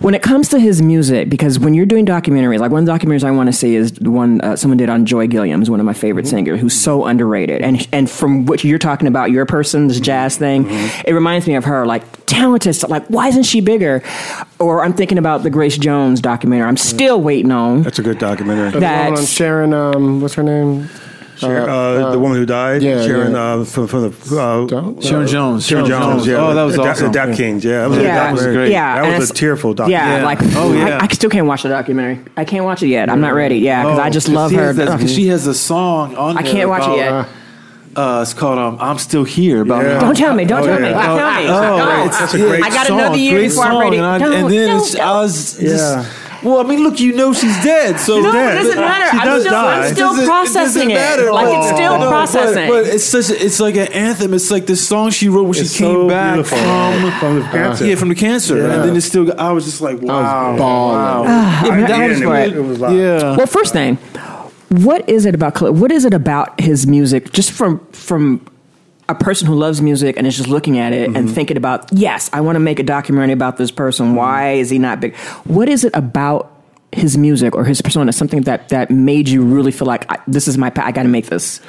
when it comes to his music because when you're doing documentaries, like one of the documentaries I want to see is the one uh, someone did on Joy Gilliam, who's one of my favorite singers, who's so underrated, and and from what you're talking about, your person, this jazz thing, it reminds me of her, like talented, so, like why isn't she bigger? Or I'm thinking about the Grace Jones documentary. I'm still waiting on.
That's a good documentary.
Hold on,
That's
Sharon. Um, what's her name?
Sharon, uh, the woman who died,
yeah,
Sharon
yeah.
Uh, from, from the uh,
Don't-
Sharon Jones.
Sharon Jones. Yeah,
Oh, that was
the, Da- The
awesome.
Dap Kings. Yeah, that was,
Yeah.
that was
That was
great.
great.
Yeah,
that
and
was a
it's-
tearful documentary.
Yeah,
Yeah.
like
Oh, yeah.
I, I still can't watch the documentary. I can't watch it yet. I'm not ready. Yeah, because
Oh,
I just love
she
her.
Has that, 'cause she has a song on.
I
there
can't watch it
about,
yet.
Uh, it's called um, "I'm Still Here." About
Yeah.
Don't tell me. Don't
Oh,
tell
yeah.
me. Don't tell me.
Oh,
No.
it's
a great
I got another
song,
year
great
before I'm
song,
ready.
And, I,
Don't,
and then
don't,
it's, I
don't.
was
Yeah.
just. Well, I mean, look, you know she's dead, so
No,
dead.
it doesn't matter.
She
I'm
does
still,
die.
I'm
It
still
doesn't-
processing
doesn't
it.
matter.
Like it's
Oh.
still
No, but-
processing.
But, it's such. A, it's like an anthem. It's like this song she wrote when she
It's
came
so
back
beautiful.
from
From the cancer.
Yeah, from the cancer,
Yeah.
and then it's still. I was just like, Oh, wow,
balling.
wow.
Yeah, but that
Yeah,
was
and it
great.
was- it was loud.
yeah.
Well, first thing, what is it about Khalid? What is it about his music? Just from from a person who loves music and is just looking at it
Mm-hmm.
and thinking about, yes, I want to make a documentary about this person. Why is he not big? What is it about his music or his persona, something that that made you really feel like I, this is my pa- I got to make this.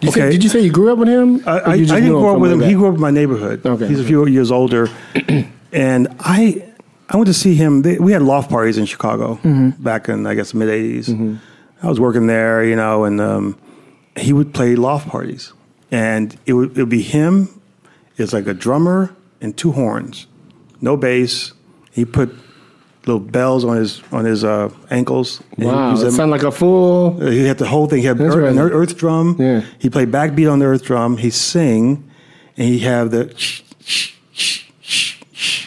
You said-
Okay.
did you say you grew up with him?
I,
Or
I, I
you just
didn't
knew
grow up
from
with
way
him.
back?
He grew up in my neighborhood.
Okay.
He's a few years older. and I I went to see him. They, we had loft parties in Chicago
Mm-hmm.
back in, I guess, the mid 80s. I was working there, you know, and um, he would play loft parties. And it would, it would be him, it's like a drummer and two horns, no bass. He put little bells on his on his uh, ankles. and he
Wow,
used
that
them-
sound like a fool.
uh, He had the whole thing. He had
That's
earth, an
right.
ear- earth drum.
Yeah.
He played backbeat on the earth drum. He sing, and he have the.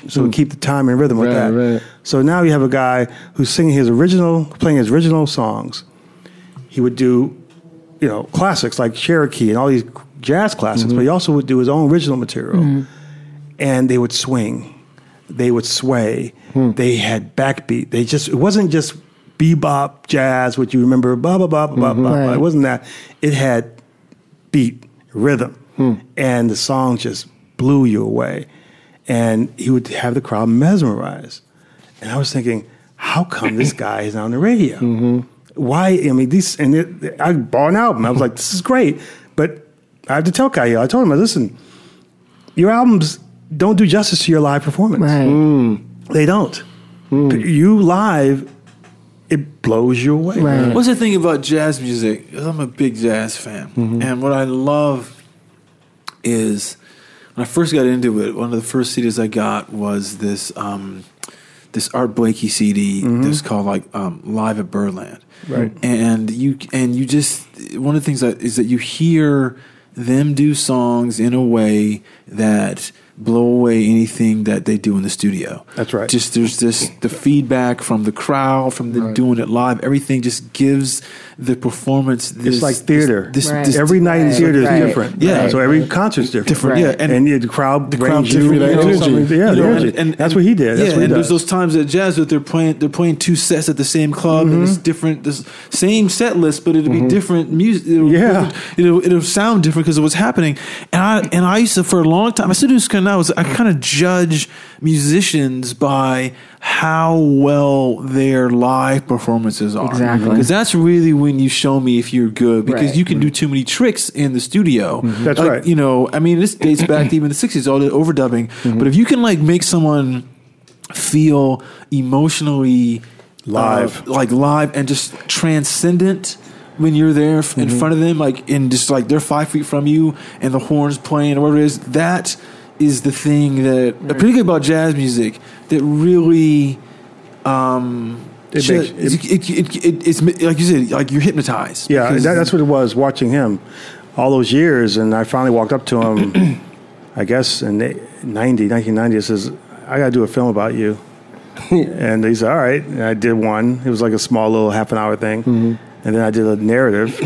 So we keep the time and rhythm with
Right,
that.
right.
So now you have a guy who's singing his original, playing his original songs. He would do, you know, classics like Cherokee and all these jazz classics, but he also would do his own original material. And they would swing they would sway. They had backbeat. They just it wasn't just bebop jazz, which you remember, blah blah blah blah blah. blah. It wasn't that. It had beat rhythm,
Hmm.
and the song just blew you away. And he would have the crowd mesmerized. And I was thinking, how come this guy is on the radio?
Mm-hmm.
Why? I mean, these and it, I bought an album. I was like, this is great, but I have to tell Kyle. I told him, listen, your albums don't do justice to your live performance.
Right. Hmm.
They don't. You live, it blows you away.
Right.
What's the thing about jazz music? 'Cause I'm a big jazz fan, and what I love is when I first got into it. One of the first CDs I got was this um, this Art Blakey CD
Mm-hmm.
that's called like um, Live at Birdland. Right, and you and you just one of the things that is that you hear them do songs in a way that blow away anything that they do in the studio.
That's right.
Just there's this the feedback from the crowd, from the doing it live. Everything just gives the performance. This,
It's like theater.
This, this,
Right.
this
Every night in
Right,
theater
right,
is different.
Yeah.
So every concert's different.
Different,
yeah,
And,
and-
yeah, the crowd the
crowd
brings you.
different
you know,
energy.
something- Yeah,
You
the
know,
energy. that's what he did. That's
yeah,
what he
and
does.
there's those times at jazz that they're playing they're playing two sets at the same club and
Mm-hmm.
it's different this same set list, but it'll be different music. It'll,
Yeah.
it'll it'll sound different because of what's happening. And I and I used to for a long time I still do this kind of now is I kind of judge musicians by how well their live performances are
Exactly.
because that's really when you show me if you're good because
Right.
you
Mm-hmm.
can do too many tricks in the studio
That's
Like,
right.
you know i mean this dates back to even the 60s all the overdubbing
Mm-hmm.
but if you can like make someone feel emotionally
Live.
uh, like live and just transcendent when you're there f-
Mm-hmm.
in front of them, like and just like they're five feet from you and the horns playing or whatever it is. That is the thing that particularly about jazz music that really. Um,
It
ju-
makes-
it, it, it, it- it's mi- like you said, like you're hypnotized.
Yeah,
because-
that, that's what it was watching him all those years. And I finally walked up to him, I guess, in the 90, 1990. I says, I got to do a film about you. and he said, All right. And I did one. It was like a small little half an hour thing. And then I did a narrative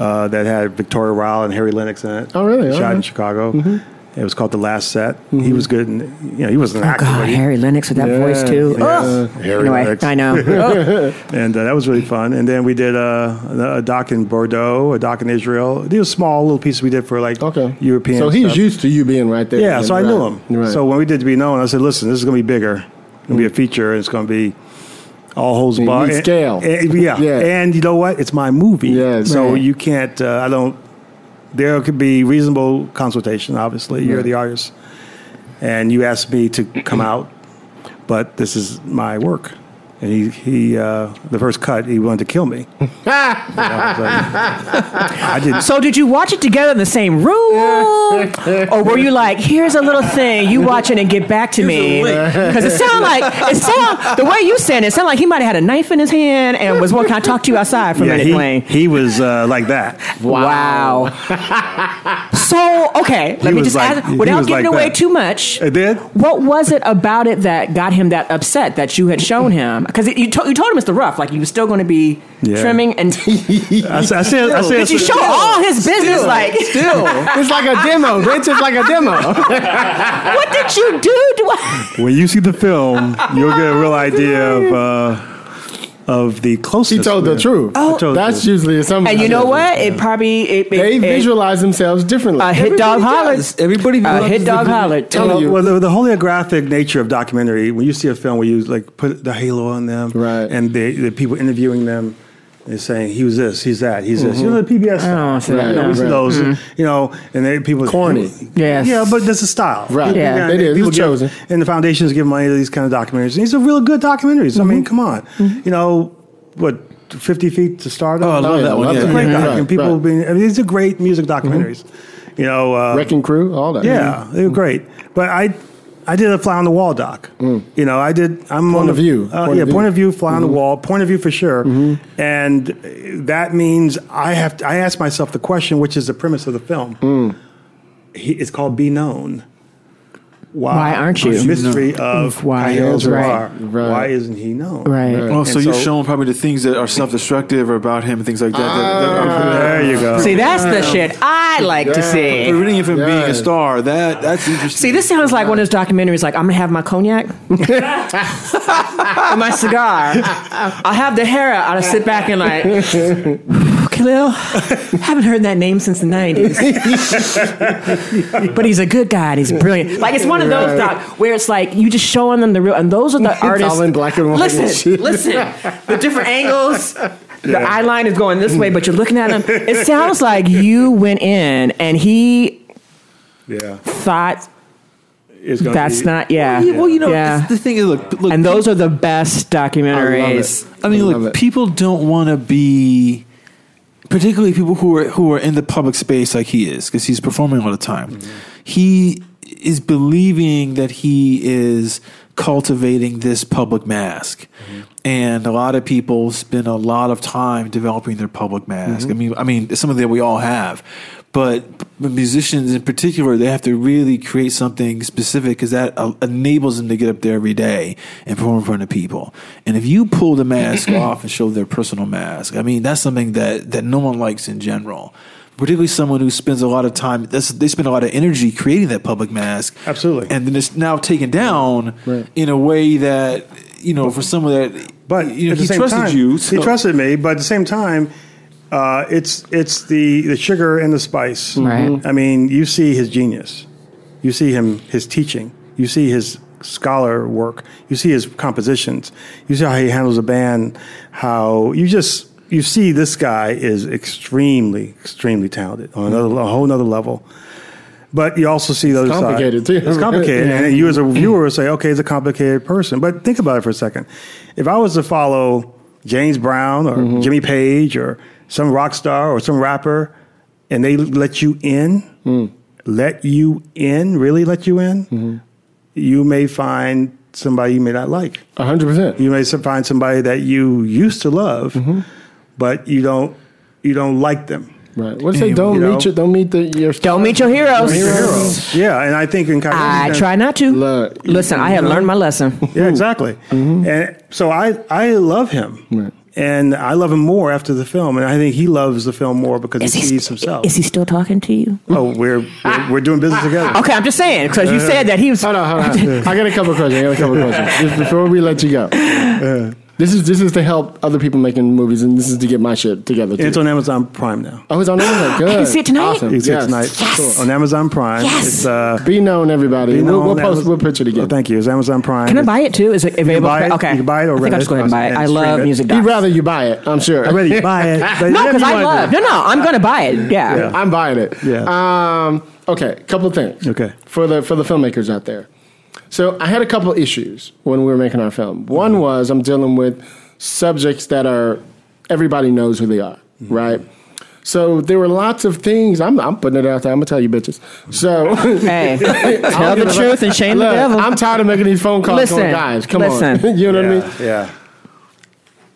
uh, that had Victoria Ryle and Harry Lennox in it.
Oh, really?
Shot
All
in
right.
Chicago. It was called The Last Set. He was good. And, you know, he wasn't an
Oh
actor. but
God,
he-
Harry Lennox with that voice too.
yeah.
Ugh.
Oh,
Harry
anyway,
Lennox.
I know.
and uh, that was really fun. And then we did uh, a doc in Bordeaux, a doc in Israel. It was a small little piece we did for like
Okay.
European.
So he's
stuff.
used to you being right there.
Yeah, so I knew
Right.
him.
Right. Mm.
So when we did to be known, I said, "Listen, this is going to be bigger. It's going to be a feature. and It's going to be all holds
You
barred
need
And-
scale.
and- yeah.
Yeah.
and you know what? It's my movie.
Yeah,
so
right.
you can't. Uh, I don't. There could be reasonable consultation. Obviously, you're
Right.
the artist, and you asked me to come out, but this is my work. And he, he uh, the first cut, he wanted to kill me. You know, so I did.
So did you watch it together in the same room, or were you like, "Here's a little thing, you watch it and get back to me"? Because it sounded like it sound the way you said it, it sounded like he might have had a knife in his hand and was, "Well, can I talk to you outside for a minute,
he,
Wayne?"
he was uh, like that.
Wow. so okay, let me
was
just
like- he
ask without
was
giving
like
away
that.
too much.
It did?
What was it about it that got him that upset that you had shown him? Because you, to- you told him it's the rough, like you were still going to be
Yeah.
trimming and.
I, said- I said, I said,
Did you show all his business? like,
it's like a demo. It's just like a demo.
what did you do? do I-
When you see the film, you'll get a real idea of uh, of the
He
closeness.
told the
we are.
truth.
I told the
that's
truth.
usually something.
Oh. And you know what? It probably it, it,
They
it-
visualize themselves differently.
a hit dog hollered.
Everybody
A hit dog hollered.
telling you.
Well, the, the holographic nature of documentary, when you see a film where you like put the halo on them,
Right.
and the, the people interviewing them is saying he was this, he's that, he's this. You know the PBS.
I don't wanna
stuff.
see that,
You know,
no.
we see
Right.
those, you know, and they, people
Corny.
Yes.
Yeah, but that's a style,
Right.
People-
Yeah.
It is.
people
It's
give-
chosen.
And the foundations give money to these kind of documentaries. And these are real good documentaries. I mean, come on, you know what? Fifty feet to stardom.
Oh, I love that one,
It's a
yeah.
great
Mhm.
doc,
Right,
and people
right.
being. I mean, these are great music documentaries. You know, uh,
Wrecking Crew, all that.
yeah,
mm.
they were great. But I, I did a fly on the wall doc. You know, I did. I'm on
of
the-
view.
Uh,
Mm. Point
yeah,
of view. Mm-hmm.
point of view, fly on the wall, point of view for sure. And uh, that means I have. To, I ask myself the question, which is the premise of the film.
Mm.
He, it's called Be Known. Why,
Why aren't
The
you?
mystery of
Why
why
is-
Bar.
right, right.
Why isn't he known?
Right.
Oh, so
And
you're
so-
showing probably the things that are self-destructive or about him and things like that. that, that are-
There you go.
See, that's the shit I like to
But
see.
reading him from being
Yeah.
a star, that that's interesting.
See, this sounds like one of those documentaries. Like, I'm gonna have my cognac, and my cigar. I'll have the hair out. I'll sit back and like, Khalil. Haven't heard that name since the '90s. but he's a good guy. and He's brilliant. Like, it's one of those doc where it's like you just showing them the real, and those are the artists.
all in black and white and
Listen,
shit.
listen. The different angles. The eye line is going this way, but you're looking at him. It sounds like you went in and he
Yeah,
thought
it's gonna
that's
be-
not yeah.
Yeah, well, you know,
yeah.
it's- the thing is, look, look
and those are the best documentaries.
I mean,
I love
look,
it.
people don't want to be, particularly people who are who are in the public space like he is, because he's performing all the time. He is believing that he is cultivating this public mask. And a lot of people spend a lot of time developing their public mask. I mean, I mean, it's something that we all have, but musicians in particular, they have to really create something specific because that uh, enables them to get up there every day and perform in front of people. And if you pull the mask off and show their personal mask, I mean, that's something that, that no one likes in general. Particularly someone who spends a lot of time, that's, they spend a lot of energy creating that public mask.
Absolutely.
And then it's now taken down in a way that, you know, for someone that,
But
you know,
at the
he
same
trusted
time,
you.
He
so-
trusted me, but at the same time, uh, it's it's the the sugar and the spice.
Right.
I mean, you see his genius, you see him his teaching, you see his scholar work, you see his compositions, you see how he handles a band, how you just you see this guy is extremely extremely talented on another a whole nother level. But you also see the other
complicated,
side.
too.
It's complicated, and you as a viewer will say, "Okay, he's a complicated person." But think about it for a second. If I was to follow James Brown or
Mm-hmm.
Jimmy Page or some rock star or some rapper, and they let you in,
Mm.
let you in, really let you in,
Mm-hmm.
you may find somebody you may not like.
hundred percent.
You may some- find somebody that you used to love,
Mm-hmm.
but you don't you don't like them.
Right. What say? Don't
you know?
meet your, don't meet the your.
Don't meet your heroes.
Yeah, and I think in
I
Kyrie's-
try not to.
Look,
Listen, I have learned my lesson.
Yeah, exactly. And so I I love him.
Mm-hmm. Right.
And I love him more after the film, and I think he loves the film more because he sees himself.
is he still talking to you?
oh, we're, we're we're doing business together.
Okay, I'm just saying because
Uh,
you said that he was.
Hold on, hold on. I got a couple questions. I got a couple questions just before we let you go. This is this is to help other people making movies, and this is to get my shit together. Too.
It's on Amazon Prime now.
oh, it's on Amazon. Good.
Can you see it tonight?
Awesome.
It's
yes.
tonight
Yes.
on Amazon Prime.
Yes.
It's uh,
Be known, everybody.
you know,
we'll, we'll
on
post.
Amazon-
We'll pitch it again.
Oh, thank you. It's Amazon Prime.
Can I
It's-
buy it too? Is it available?
buy it.
Okay,
You can buy it or
I think
rent
I'll
it
just go ahead and buy it.
and
I
stream
love
it.
music.
He'd
docs.
rather you buy it. I'm sure.
Already buy it. but
No,
whatever
because
you
I
wanna
love.
do.
No, no, I'm gonna buy it. Yeah.
I'm buying it.
Yeah.
Um, okay, couple things.
Okay.
For the for the filmmakers out there. So I had a couple issues when we were making our film.
Mm-hmm.
One was I'm dealing with subjects that are everybody knows who they are,
Mm-hmm.
right? So there were lots of things. I'm, I'm putting it out there. I'm gonna tell you bitches. So
Hey, tell
I'll
the
give a-
truth and shame
Look,
the devil.
I'm tired of making these phone calls.
Listen,
going, guys, come
listen.
on. you know what I mean?
Yeah. yeah.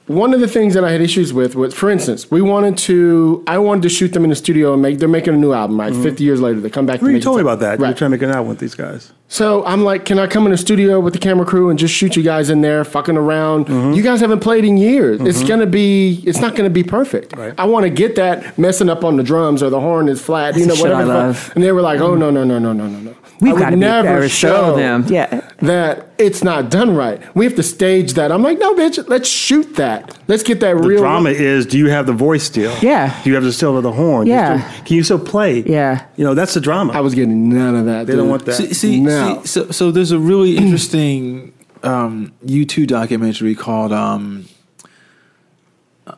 one of the things that I had issues with was, for instance, we wanted to, I wanted to shoot them in the studio and make, they're making a new album, right? 50 years later, they come back. to
What Mm-hmm. you
make
told me
it.
about that? You're
Right.
trying to make an album with these guys.
so I'm like, can I come in the studio with the camera crew and just shoot you guys in there, fucking around? You guys haven't played in years. It's gonna be, it's not gonna be perfect.
Right.
I want to get that messing up on the drums or the horn is flat, you know,
That's the shit
whatever.
I
the fuck.
love.
And they were like, oh no, no, no, no, no, no, no.
We've
would
got to
never
never show
show.
them. Yeah.
that it's not done right. We have to stage that. I'm like, no, bitch, let's shoot that. Let's get that
The
real
drama is: Do you have the voice still?
Yeah.
Do you have the still of the horn? Do you
Yeah.
still- can you still play?
Yeah.
You know, that's the drama.
I was getting none of that.
They don't want that.
See, see,
No.
see so, so there's a really interesting um, U2 documentary called um,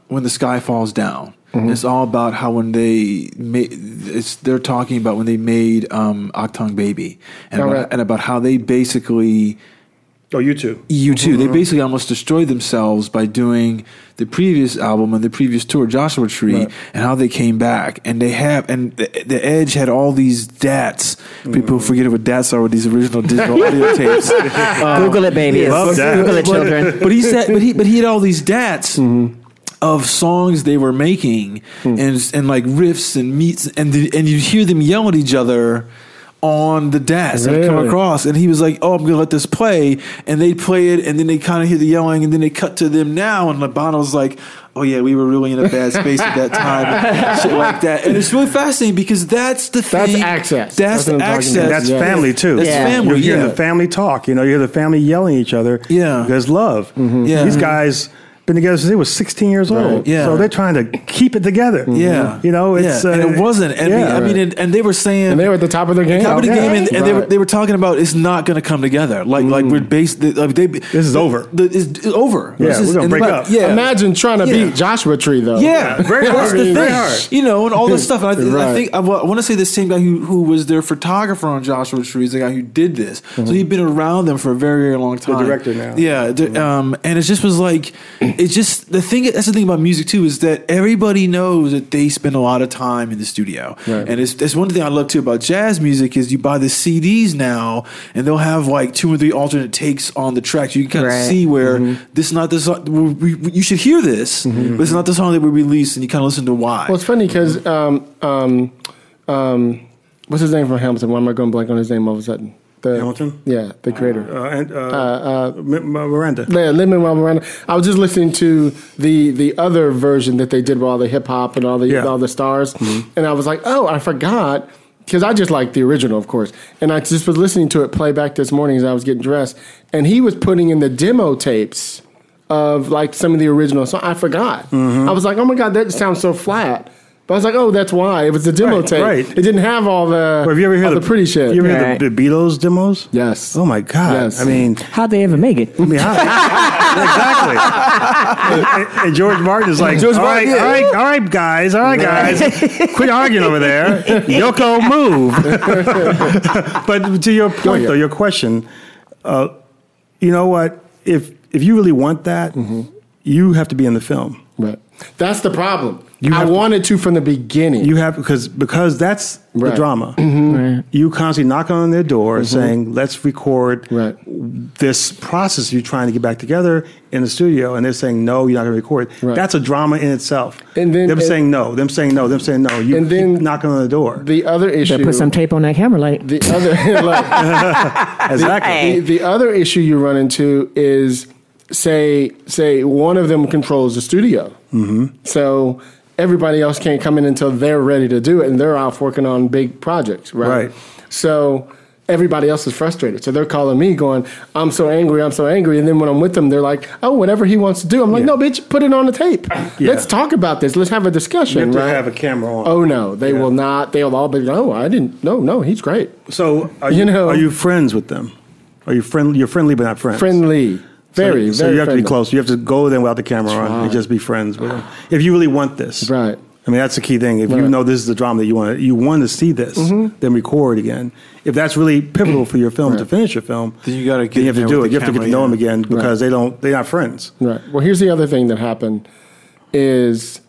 "When the Sky Falls Down."
Mm-hmm.
And It's all about how when they made it's they're talking about when they made um, Octong Baby and
All
about,
right.
and about how they basically
oh, you too.
you E too. They basically almost destroyed themselves by doing the previous album and the previous tour, Joshua Tree, and how they came back. And they have, and the, the Edge had all these DATs. People forget what DATs are with these original digital audio tapes.
Google it, baby.
Uh, Love that.
Google it, children.
But he said, but he, but he had all these DATs.
Mm-hmm.
Of songs they were making
Hmm.
and and like riffs and meets and the, and you hear them yell at each other on the DATs that come
Really?
across and he was like oh I'm gonna let this play and they play it and then they kind of hear the yelling and then they cut to them now and Labano's like oh yeah we were really in a bad space at that time shit like that and it's really fascinating because that's the
That's
thing
access.
that's,
That's what I'm
the
talking
access
about.
That's
Yeah.
family too.
that's
Yeah.
family
You hear
yeah.
the family talk. You know, you hear the family yelling at each other.
Yeah. Mm-hmm.
Because love.
Yeah.
These guys been together since they were 16 years old.
Yeah. Mm-hmm.
So they're trying to keep it together.
Yeah,
You know, it's
yeah. and
uh,
it wasn't. And
yeah.
I mean, and, and they were saying
And they were at the top of their game.
top of the
Okay.
game, and, and they were
Right. Mm.
they were talking about it's not going to come together. Like like we're based. They, like they this
is over.
it's, it's over.
Yeah,
This is-
we're gonna
and-
break
but-
up.
Yeah,
Imagine trying to
Yeah.
beat Joshua Tree though.
yeah,
very
That's
hard. Very
the thing.
hard.
You know, and all this stuff. And I, I
Right.
think I, want to say the same guy who, who was their photographer on Joshua Tree is the guy who did this. So
Mm-hmm.
he'd been around them for a very, very long time.
director now.
Yeah. the-
Mm-hmm.
um, and it just was like, it just, the thing, that's the thing about music too, is that everybody knows that they spend a lot of time in the studio.
Right.
And it's, that's one thing I love too about jazz music is you buy the CDs now and they'll have like two or three alternate takes on the tracks. You can kind
Right.
of see where this is not the song, we, we, you should hear this, but it's not the song that we released and you kind of listen to why.
Well, it's funny because um, um, um, what's his name from Hamilton? Why am I going blank on his name all of a sudden? The,
Hamilton?
Yeah, the creator.
Uh, and, uh, M- M- Miranda.
Yeah, Lin-Manuel Miranda. I was just listening to the the other version that they did with all the hip hop and all the
Yeah. Mm-hmm.
all the stars, and I was like, oh, I forgot because I just liked the original, of course. And I just was listening to it playback this morning as I was getting dressed, and he was putting in the demo tapes of like some of the original. So I forgot.
Mm-hmm.
I was like, oh my god, that sounds so flat. But I was like, oh, that's why it was the demo
Right,
tape.
right.
It didn't have all the
Or have you ever heard
all
the,
the, pretty shit.
You ever
Right.
heard the, the Beatles demos?
Yes.
Oh my God.
Yes.
I mean,
How'd they ever make it?
I mean, how- exactly. and, and George Martin is like,
George
all right,
Martin, yeah.
all right, all right, guys, all right, guys, quit arguing over there. Yoko, move. but to your point,
ahead.
though, your question, uh, you know what? If if you really want that,
Mm-hmm.
you have to be in the film.
Right. That's the problem.
You
I
have to-
wanted to from the beginning.
You have because because that's
Right. Mm-hmm.
the drama. You constantly knock on their door saying, "Let's record
Right.
this process you're trying to get back together in the studio," and they're saying, "No, you're not going to record."
Right.
That's a drama in itself.
And then-
them
and-
saying no, them saying no, them saying no. You
And then-
keep knocking on the door.
The other issue.
Put some tape on that camera light.
the other look,
exactly.
the, the other issue you run into is say say one of them controls the studio, mm-hmm. so everybody else can't come in until they're ready to do it, and they're off working on big projects, right?
Right.
So. Everybody else is frustrated, so they're calling me, going, "I'm so angry, I'm so angry." And then when I'm with them, they're like, "Oh, whatever he wants to do." I'm like, "No, bitch, put it on the tape. Let's talk about this. Let's have a discussion."
You have to
right?
have a camera on.
Oh no, they will not. They'll all be, "No, I didn't. No, no, he's great,
so are
you
you,
know-
are you friends with them? Are you friendly? You're friendly, but not friends.
friendly, very, very."
So you have
friendly.
to be close. You have to go there without the camera on and just be friends with them. If you really want this,
Right.
I mean, that's the key thing. If you
Right.
know this is the drama that you want, you want to see this, then record again. If that's really pivotal for your film to finish your film,
Then you gotta get
you have
in
to
there
do
with
it.
the
You have to get
camera,
to know
yeah.
them again because they don't. They're not friends.
Right. Well, here's the other thing that happened is,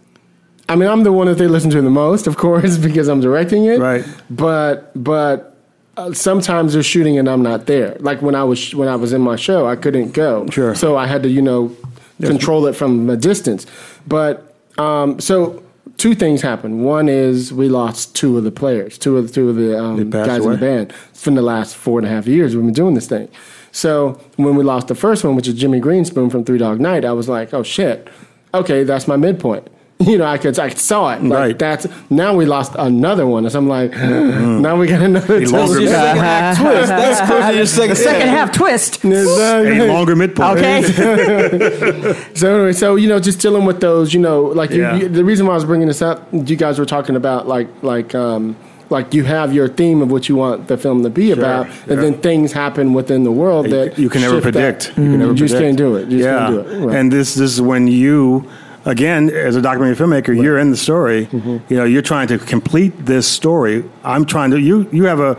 I mean, I'm the one that they listen to the most, of course, because I'm directing it.
Right.
But but uh, sometimes they're shooting and I'm not there. Like when I was when I was in my show, I couldn't go.
Sure.
So I had to you know control it from a distance. But um, so two things happened. One is we lost two of the players, two of the, two of the um,
They passed
guys in the
away.
band. band from the last four and a half years we've been doing this thing. So when we lost the first one, which is Jimmy Greenspoon from Three Dog Night, I was like, oh shit, okay, that's my midpoint. You know, I could I saw it. Like,
Right.
That's now we lost another one. So I'm like, now we got another.
A Mm-hmm. longer
Tolstoy.
midpoint.
That's twist. That's crazy. Your second,
The second half twist.
Exactly.
A longer midpoint.
Okay.
So anyway, so you know, just dealing with those, you know, like you,
Yeah.
you, the reason why I was bringing this up, you guys were talking about like like um like you have your theme of what you want the film to be about, and then things happen within the world
you-
that
you can never
shift that.
predict. You can never
You just
predict.
can't do it. You just
yeah,
can't do it. Right.
and this this is when you, again, as a documentary filmmaker, you're in the story.
Mm-hmm.
You know, you're trying to complete this story. I'm trying to. You you have a.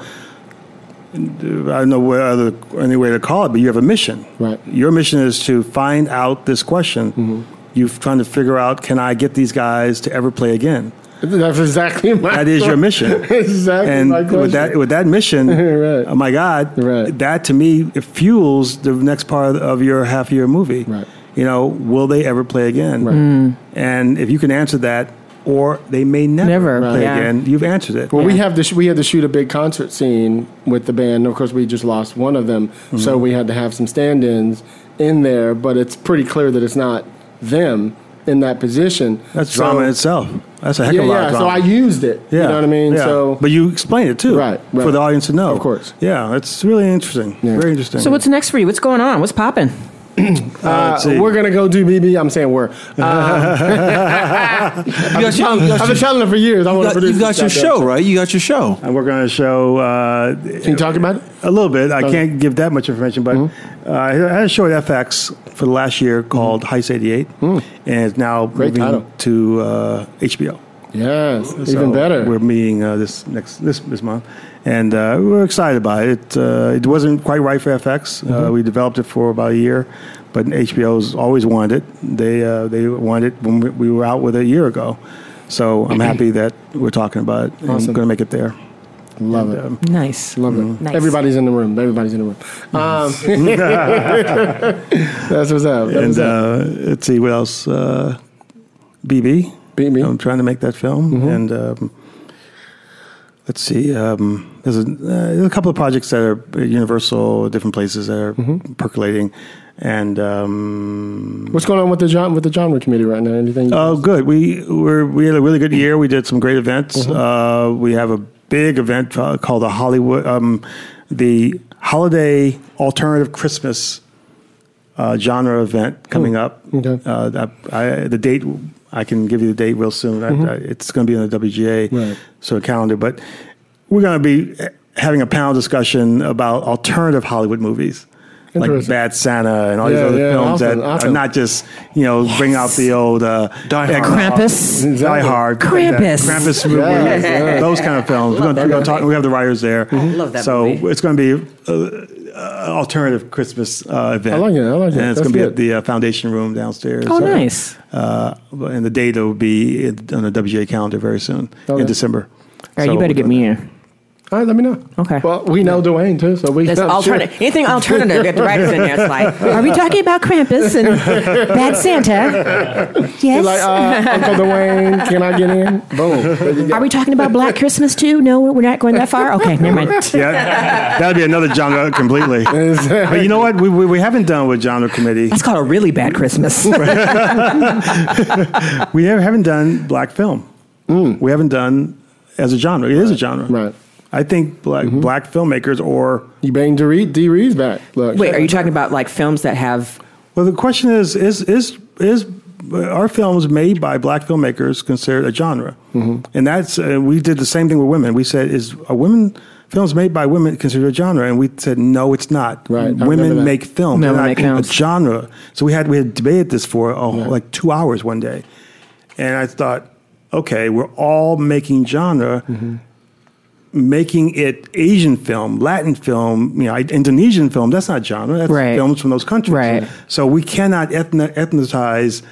I don't know what other any way to call it, but you have a mission.
Right. Mm-hmm.
Your mission is to find out this question. You're trying to figure out: Can I get these guys to ever play again?
that's exactly my.
That is your mission.
exactly
and
my
with that
question.
with that mission,
Right.
oh my God,
Right.
that to me it fuels the next part of your half year movie.
Right.
You know, will they ever play again? Mm.
Right.
And if you can answer that, or they may never,
Never,
play
yeah.
again, you've answered it.
Well, we have to sh- we had to shoot a big concert scene with the band. Of course, we just lost one of them,
Mm-hmm.
so we had to have some stand-ins in there. But it's pretty clear that it's not them in that position.
That's
So-
drama itself. That's a heck
yeah,
of a lot
yeah.
of
So I
drama.
used it.
yeah,
You know what I mean?
yeah.
So
but you explain it too,
Right, right.
for the audience to know.
Of course.
yeah, it's really interesting, very interesting.
So what's next for you? What's going on? What's popping?
Uh, let's see.
we're gonna go do BB. I'm saying we're. um,
You got your, you
I've
got
been
your,
telling them for years. I
you
want to
got,
produce.
you got your
this
show,
goddamn-
Oh, right? You got your show.
And we're going to show uh,
Can you talk about it?
A little bit. I can't give that much information, but
Mm-hmm.
uh, I had a show at FX for the last year called Heist 88, and it's now moving
Mm. title.
to uh, HBO.
Yes,
So
even better.
We're meeting uh, this next this this month, and uh, we're excited about it. It, uh, it wasn't quite right for FX.
Mm-hmm.
Uh, we developed it for about a year, but HBO's always wanted it. They uh, they wanted it when we- we were out with it a year ago. So I'm happy that we're talking about it. and I'm
Mm-hmm. Awesome.
going to make it there.
Love it.
Um,
Nice.
Love it.
Nice.
Everybody's in the room. Everybody's in the room. Um, that's what's up. That's
and
what's up.
uh, let's see what else. Uh, BB.
BB.
I'm trying to make that film, and um, let's see. Um, there's, a, uh, there's a couple of projects that are at Universal, different places that are percolating, and um,
What's going on with the genre, with the genre committee right now? Anything?
Oh, good. We we're, we had a really good year. We did some great events.
Mm-hmm.
Uh, we have a big event uh, called the Hollywood, um, the Holiday Alternative Christmas uh, genre event coming up.
Oh, Okay.
Uh, that- I, the date I can give you the date real soon. I, I, it's going to be on the WGA
Mm-hmm. Right.
sort of calendar, but we're going to be eh, having a panel discussion about alternative Hollywood movies. Like
Interesting.
Bad Santa and all these
Yeah,
other
yeah,
films
awesome,
that
awesome.
are not just you know bring out the old uh,
Die Hard.
Krampus.
Die Hard, like that.
Krampus.
Krampus,
Yes, yes.
those kind of films. We're going to talk. We have the writers there.
Mm-hmm.
I
love that
So
movie.
it's going to be uh, uh, alternative Christmas uh, event.
I like it, I like it.
And
That's
it's going to be
good.
at the uh, Foundation Room downstairs.
Oh, nice.
Uh, and the date will be on the WGA calendar very soon
Okay.
in December.
All right, you better get me in.
All right, let me know.
Okay.
Well, we know Dwayne too, so we.
That's
I'm sure.
alternative. Anything alternative, you have to write it in there. It's like,
Are we talking about Krampus and Bad Santa? Yes.
Like uh, Uncle Dwayne, can I get in? Boom. There you go.
Are we talking about Black Christmas too? No, we're not going that far. Okay, never mind.
Yeah, that'd be another genre completely. but you know what? We, we, we haven't done with genre committee.
That's called a really bad Christmas.
We have- haven't done black film. We haven't done as a genre. It is a genre.
Mm. Right. Mm-hmm.
I think black, black filmmakers or
You bang D. Reed, D. Reed's back. Look.
wait, are you talking about like films that have?
well, the question is is is is are films made by black filmmakers considered a genre? And that's uh, we did the same thing with women. We said is are women films made by women considered a genre? And we said no, it's not.
Right. I remember
Women
that.
make films.
Women
They're not
make films.
A genre. So we had we had debated this for oh, like two hours one day, and I thought, okay, we're all making genre. making it Asian film, Latin film, you know, Indonesian film. That's not genre. That's
Right.
films from those countries.
Right.
So we cannot ethno- ethnicize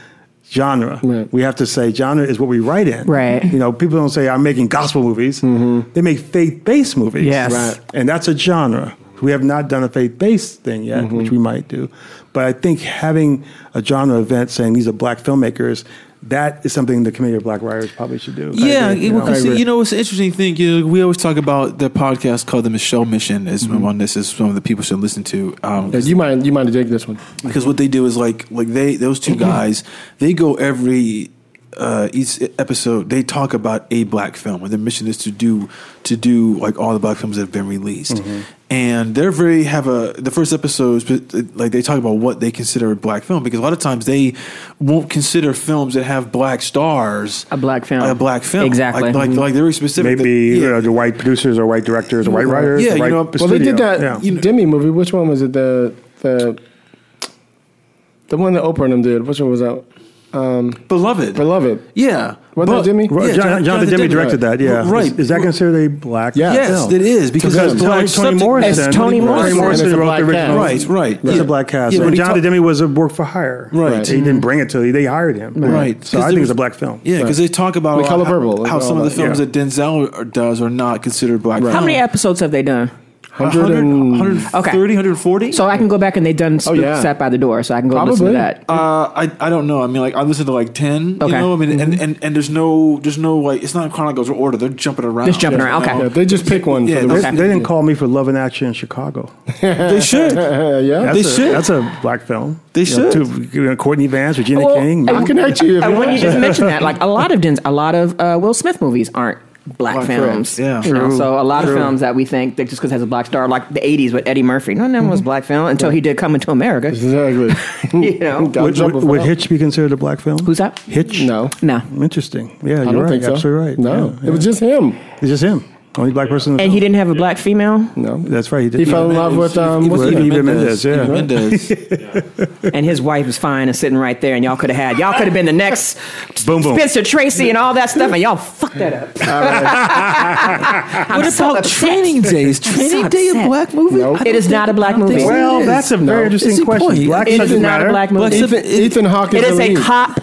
genre.
Right.
We have to say genre is what we write in.
Right. Mm-hmm.
You know, people don't say I'm making gospel movies. They make faith-based movies.
Yes.
Right.
And that's a genre. We have not done a faith-based thing yet,
Mm-hmm.
which we might do. But I think having a genre event saying these are black filmmakers, that is something the Committee of Black Writers probably should do.
Yeah,
I think, you
well,
know.
'cause, you know, it's an interesting thing. You know, we always talk about the podcast called the Michelle Mission is one. This is one that people should listen to. Um,
Yeah, you might you might dig this one.
because what they do is like like they those two guys they go every uh, each episode they talk about a black film, and their mission is to do to do like all the black films that have been released. And they're very have a the first episodes but, like they talk about what they consider a black film because a lot of times they won't consider films that have black stars
A black film.
a black film
Exactly.
like like, like they're very specific
Maybe
that- yeah.
uh, the white producers or white directors or white writers.
Yeah,
or
you
white
know,
Well, they did
studio.
that
Yeah.
Demi movie. Which one was it? The the the one that Oprah and them did. Which one was that?
beloved
Beloved.
yeah
Wasn't that Jimmy?
Well,
Yeah,
Jon-
Jon-
Jonathan,
Jonathan
Demme
Demme,
directed that. Yeah,
Right.
Is, is that considered a black?
Yeah.
Yes,
film?
it is because
Because
it's black
Tony, Tony
subject-
Morrison.
It's Toni Morrison.
It's a
wrote
black
the original.
cast.
Right, right.
It's
Yeah.
a black cast.
Yeah, but
and
he
Jonathan
talk-
Demme was a work for hire.
Right.
He didn't bring it to. They hired him.
Right.
So I think it's a black film.
Yeah, because they talk about
We call it
how,
verbal.
how
It's
some
all
of the
about-
films
yeah.
that Denzel are- does are not considered black.
How
films.
many episodes have they done?
100 and-
130, 140?
So I can go back and they done oh,
yeah.
Sat by the Door, so I can go listen
Probably.
to that.
Uh, I I don't know. I mean, like I listen to like ten.
Okay.
You know, I mean, and, and and there's no there's no like it's not in chronological order. They're jumping around.
Just jumping
you
around.
know?
Okay.
Yeah, they just pick one.
Yeah,
for the
They,
Okay.
they didn't call me for Love and Action in Chicago.
They should.
Uh, yeah.
That's
They
a,
should.
That's a black film.
They
You know, two-
should.
you know, Courtney Vance, Regina
Well,
King.
and-
I connect you. If
And
you
when
want.
you just mentioned that, like a lot of Denz, a lot of uh, Will Smith movies aren't black,
Black
films.
films, yeah.
You know,
True,
so a lot of
true.
films that we think that just because it has a black star, like the '80s with Eddie Murphy, none of them was
Mm-hmm.
black film until he did Coming to America.
Exactly.
You know.
Got in
Would,
trouble
would,
for
would
that.
Hitch be considered a black film?
Who's that?
Hitch?
No,
No.
Interesting. Yeah, you're
I don't
right.
think so.
Absolutely right.
No,
Yeah,
it was just him.
yeah. it's just him. Only black person. in the
And he
film.
didn't have a black female,
No,
That's right. He did.
He fell in love with um. what's
was
his
Eva
name?
Mendes, yeah.
Eva Mendes.
and his wife is fine and sitting right there, and y'all could have had, y'all could have been the next
Boom, boom.
Spencer Tracy and all that stuff, and y'all fucked that up. I'm
what
so
about
upset.
Training Day? Is Training Day a
upset.
black movie?
Nope.
I don't
It is
think-
not a black
I don't think
movie.
so.
Well,
It is.
that's a very
No.
interesting
It's a
question.
point.
Black
It is
doesn't
not
matter.
a black movie.
Black-
Ethan, Ethan Hawke.
It is a
really-
cop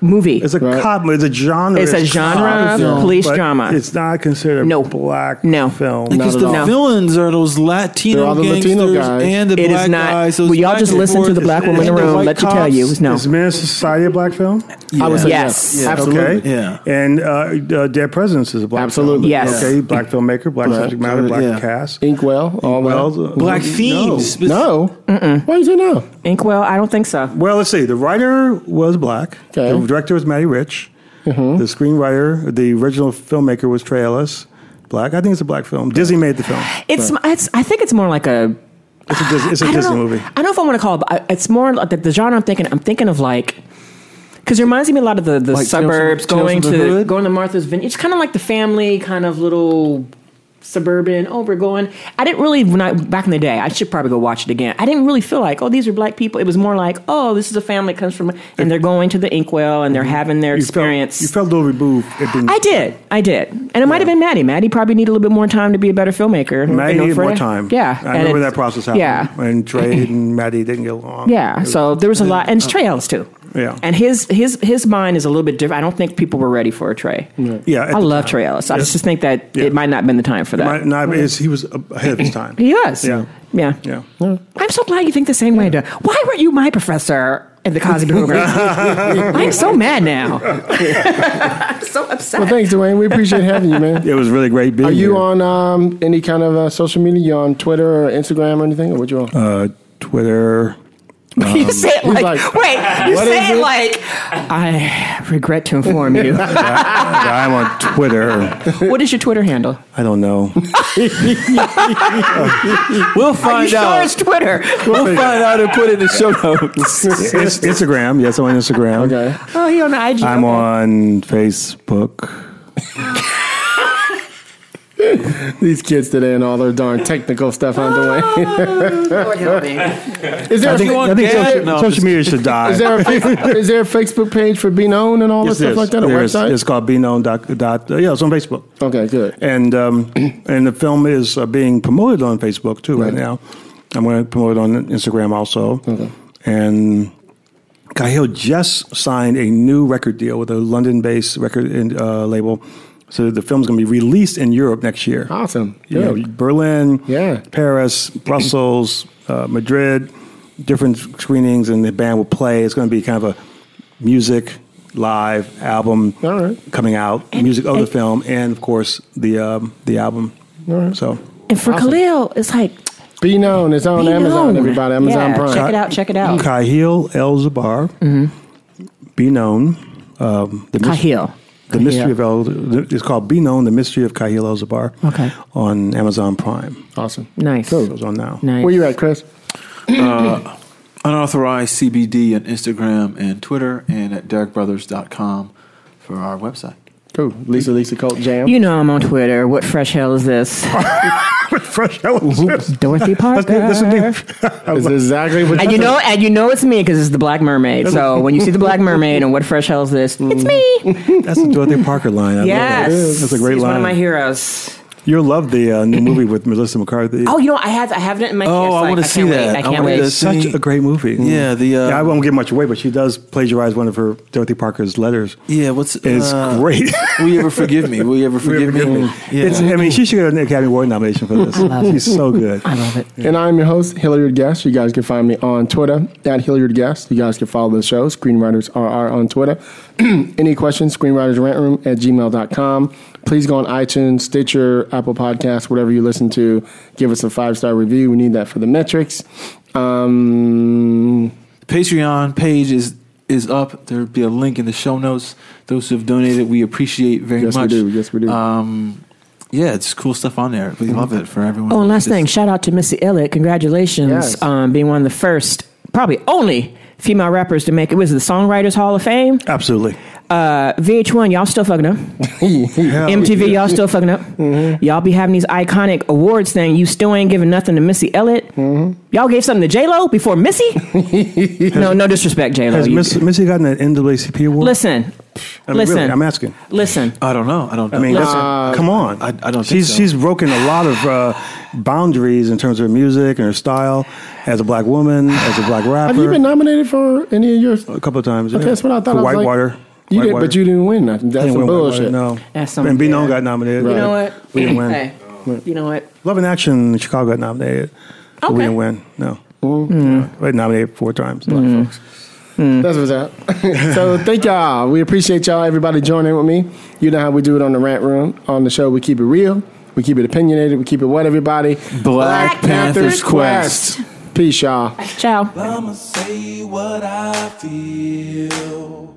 movie.
It's a
Right.
cop. It's a genre.
It's a
cop
genre
film,
police
but
drama.
It's not considered a
No.
black
No.
film.
Because
at
the
all.
villains are those
They're
Latino
all the
gangsters
Latino guys.
and the
It
black
is not.
guys. those
Will y'all
back
just
and
listen to
forth,
the black
and
woman in the
white
room? Let you tell
cops.
you, no.
Is Man Society a black film?
I would say
Yes.
yes.
Yeah.
Absolutely.
Okay.
Yeah.
And uh, uh, Dead Presidents is a black film.
Absolutely.
Yes.
Okay. Black filmmaker, black
Right.
subject matter, black
Yeah.
cast.
Inkwell. All
Well,
that.
the-
Black
no.
Thieves.
No. Why you say no?
Inkwell, I don't think so.
Well, let's see. The writer was black.
Okay.
The director was Matty Rich. The screenwriter, the original filmmaker was Trey Ellis. Black. I think it's a black film. Disney made the film.
It's, it's I think it's more like a
It's a, Dis- it's a
I don't
Disney
know,
movie.
I don't know if I want to call it. But I- it's more like the, the genre I'm thinking. I'm thinking of like because it reminds me a lot of the, the
Like Tales from-
suburbs
Tales
going
from the
to
Hood?
going to Martha's Vineyard. It's kind of like the family kind of little suburban. Oh, we're going. I didn't really when I back in the day. I should probably go watch it again. I didn't really feel like oh these are black people. It was more like oh this is a family that comes from and they're going to the inkwell and they're having their experience.
Mm-hmm. You felt, you felt a little removed. It being,
I did, I did, and it might have been Maddie. Maddie probably needed a little bit more time to be a better filmmaker. you
Maddie
know,
needed
for-
more time.
Yeah,
I
and
remember
it's-
that process happened.
Yeah,
And Trey and Maddie didn't get along. It
Yeah,
was- Oh.
so there was a lot, and it's Trey Ellis too.
Yeah.
and his his his mind is a little bit different. I don't think people were ready for a Trey.
Yeah, at
I
the
love
time.
Trey Ellis. I
Yeah.
just think that
Yeah.
it might not have been the time for that.
My- no, it's- he was ahead of his time.
he was.
Yeah.
yeah,
Yeah.
I'm so glad you think the same way. Doug. Why weren't you my professor at the Cosby program? I'm so mad now. I'm so upset.
Well, thanks, Dwayne. We appreciate having you, man.
It was really great being
Are you
here.
on um, any kind of uh, social media? You on Twitter or Instagram or anything? Or what you on?
Uh, Twitter. um,
you say it like,
like,
wait. You
"What
say
is
it
it?"
like I regret to inform you.
I'm on Twitter.
what is your Twitter handle?
I don't know.
We'll
Are you
find
sure
out.
it's Twitter?
We'll find out and put it in the show notes.
It's Instagram. Yes, I'm on Instagram.
Okay.
Oh, he on the IG.
I'm
okay.
on Facebook.
These kids today and all their darn technical stuff on Dwayne.
Lord help me.
Is there, a,
think-
fa-
I think
Yeah,
social,
no,
social media should die.
is, there a, fa- is there a Facebook page for being owned and all
Yes,
that stuff
it
like
is.
that? A
There is.
website?
It's called Be Known. Dot, dot, uh, yeah, it's on Facebook.
okay, good.
And um, and the film is uh, being promoted on Facebook too right,
Right.
now. I'm going to promote it on Instagram also.
Okay.
And Cahill just signed a new record deal with a London-based record and, uh, label. So the film's going to be released in Europe next year.
Awesome.
You know,
Good.
Berlin,
Yeah.
Paris, Brussels, uh, Madrid, different screenings, and the band will play. It's going to be kind of a music live album
All right.
coming out, music of the film, and of course the um, the album. So
And for Khalil, it's like
Be known. It's on
be
Amazon,
known.
everybody. Amazon
Yeah,
Prime.
Check it out. Check it out.
Kahil El Zabar, be known, um, the mystery-
Cahill.
The Mystery of El. the- It's called Be Known: The Mystery of Cahill El Zabar.
Okay.
On Amazon Prime,
Awesome.
Nice.
it goes on now.
Nice.
Where you at, Chris?
Unauthorized CBD on Instagram and Twitter and at DerekBrothers.com for our website.
Cool. Lisa, Lisa Colt Jam.
You know I'm on Twitter. What fresh hell is this?
Fresh Ellis.
Dorothy Parker.
That's the name.
That's exactly what
and you know, and you know it's me because it's the Black Mermaid. So when you see the Black Mermaid and what fresh hell is this? It's me.
That's the Dorothy Parker line. I love that.
Yes,
That's a great
He's
line.
One of my heroes.
You'll love the uh, new movie with Melissa McCarthy.
Oh, you know I have I have it in my.
Oh,
kids,
I
like,
wanna
can't
see
wait.
that.
I
I
can't
wanna
wait.
do this.
Such
See-
a great movie. Mm.
Yeah, the, uh,
yeah, I won't give much away, but she does plagiarize one of her Dorothy Parker's letters.
Yeah, what's
It's
uh,
great.
Will you ever forgive me? Will you ever forgive, me? Yeah.
It's, I mean, she should get an Academy Award nomination for this. She's so good.
I love it.
And I'm your host, Hilliard Guest. You guys can find me on Twitter at Hilliard Guest. You guys can follow the show, Screenwriters RR, on Twitter. Any questions, screenwritersrantroom at gmail.com. Please go on iTunes, Stitcher, Apple Podcasts, whatever you listen to. Give us a five star review. We need that for the metrics. Um,
Patreon page is is up. There'll be a link in the show notes. Those who've donated, we appreciate very
yes,
much.
we do. Yes, we do.
Uh,
Um, yeah, it's cool stuff on there. We love it for everyone.
Oh, and last
It's-
thing, shout out to Missy Elliott. Congratulations
Yes.
on being one of the first, probably only female rappers to make it. Was it the Songwriters Hall of Fame?
Absolutely.
Oh, Uh, VH1, y'all still fucking up. MTV, y'all still fucking up.
Mm-hmm.
Y'all be having these iconic awards thing. You still ain't giving nothing to Missy Elliott.
Mm-hmm.
Y'all gave something to J Lo before Missy. no, no disrespect, J Lo.
Has Miss, Missy gotten an NAACP award?
Listen,
I mean,
listen.
really, I'm asking.
Listen,
I don't know. I don't. Know.
I mean,
Listen,
that's-
Uh,
come on.
I- I don't think
She's
so.
she's broken a lot of uh, boundaries in terms of her music and her style as a black woman, as a black rapper.
Have you been nominated for any of your.
a couple of times.
Okay,
yeah.
that's what I thought.
For
I was like,
Whitewater.
You did,
Whitewater.
but you didn't win nothing. That's
Didn't
some
win Whitewater,
bullshit.
No.
That's some
and B.
bad.
got nominated.
you know what?
Uh, We didn't win.
Hey, you know what?
Love and Action in Chicago got nominated. but
Okay. Mm.
We didn't win. No. Yeah. We got nominated four times.
Mm-hmm.
That's what's up. so thank y'all. We appreciate y'all. Everybody joining with me. You know how we do it on the rant room. On the show, we keep it real. We keep it opinionated. We keep it what everybody.
Black Panther's Quest.
Peace, y'all.
Ciao.
I'ma say what I feel,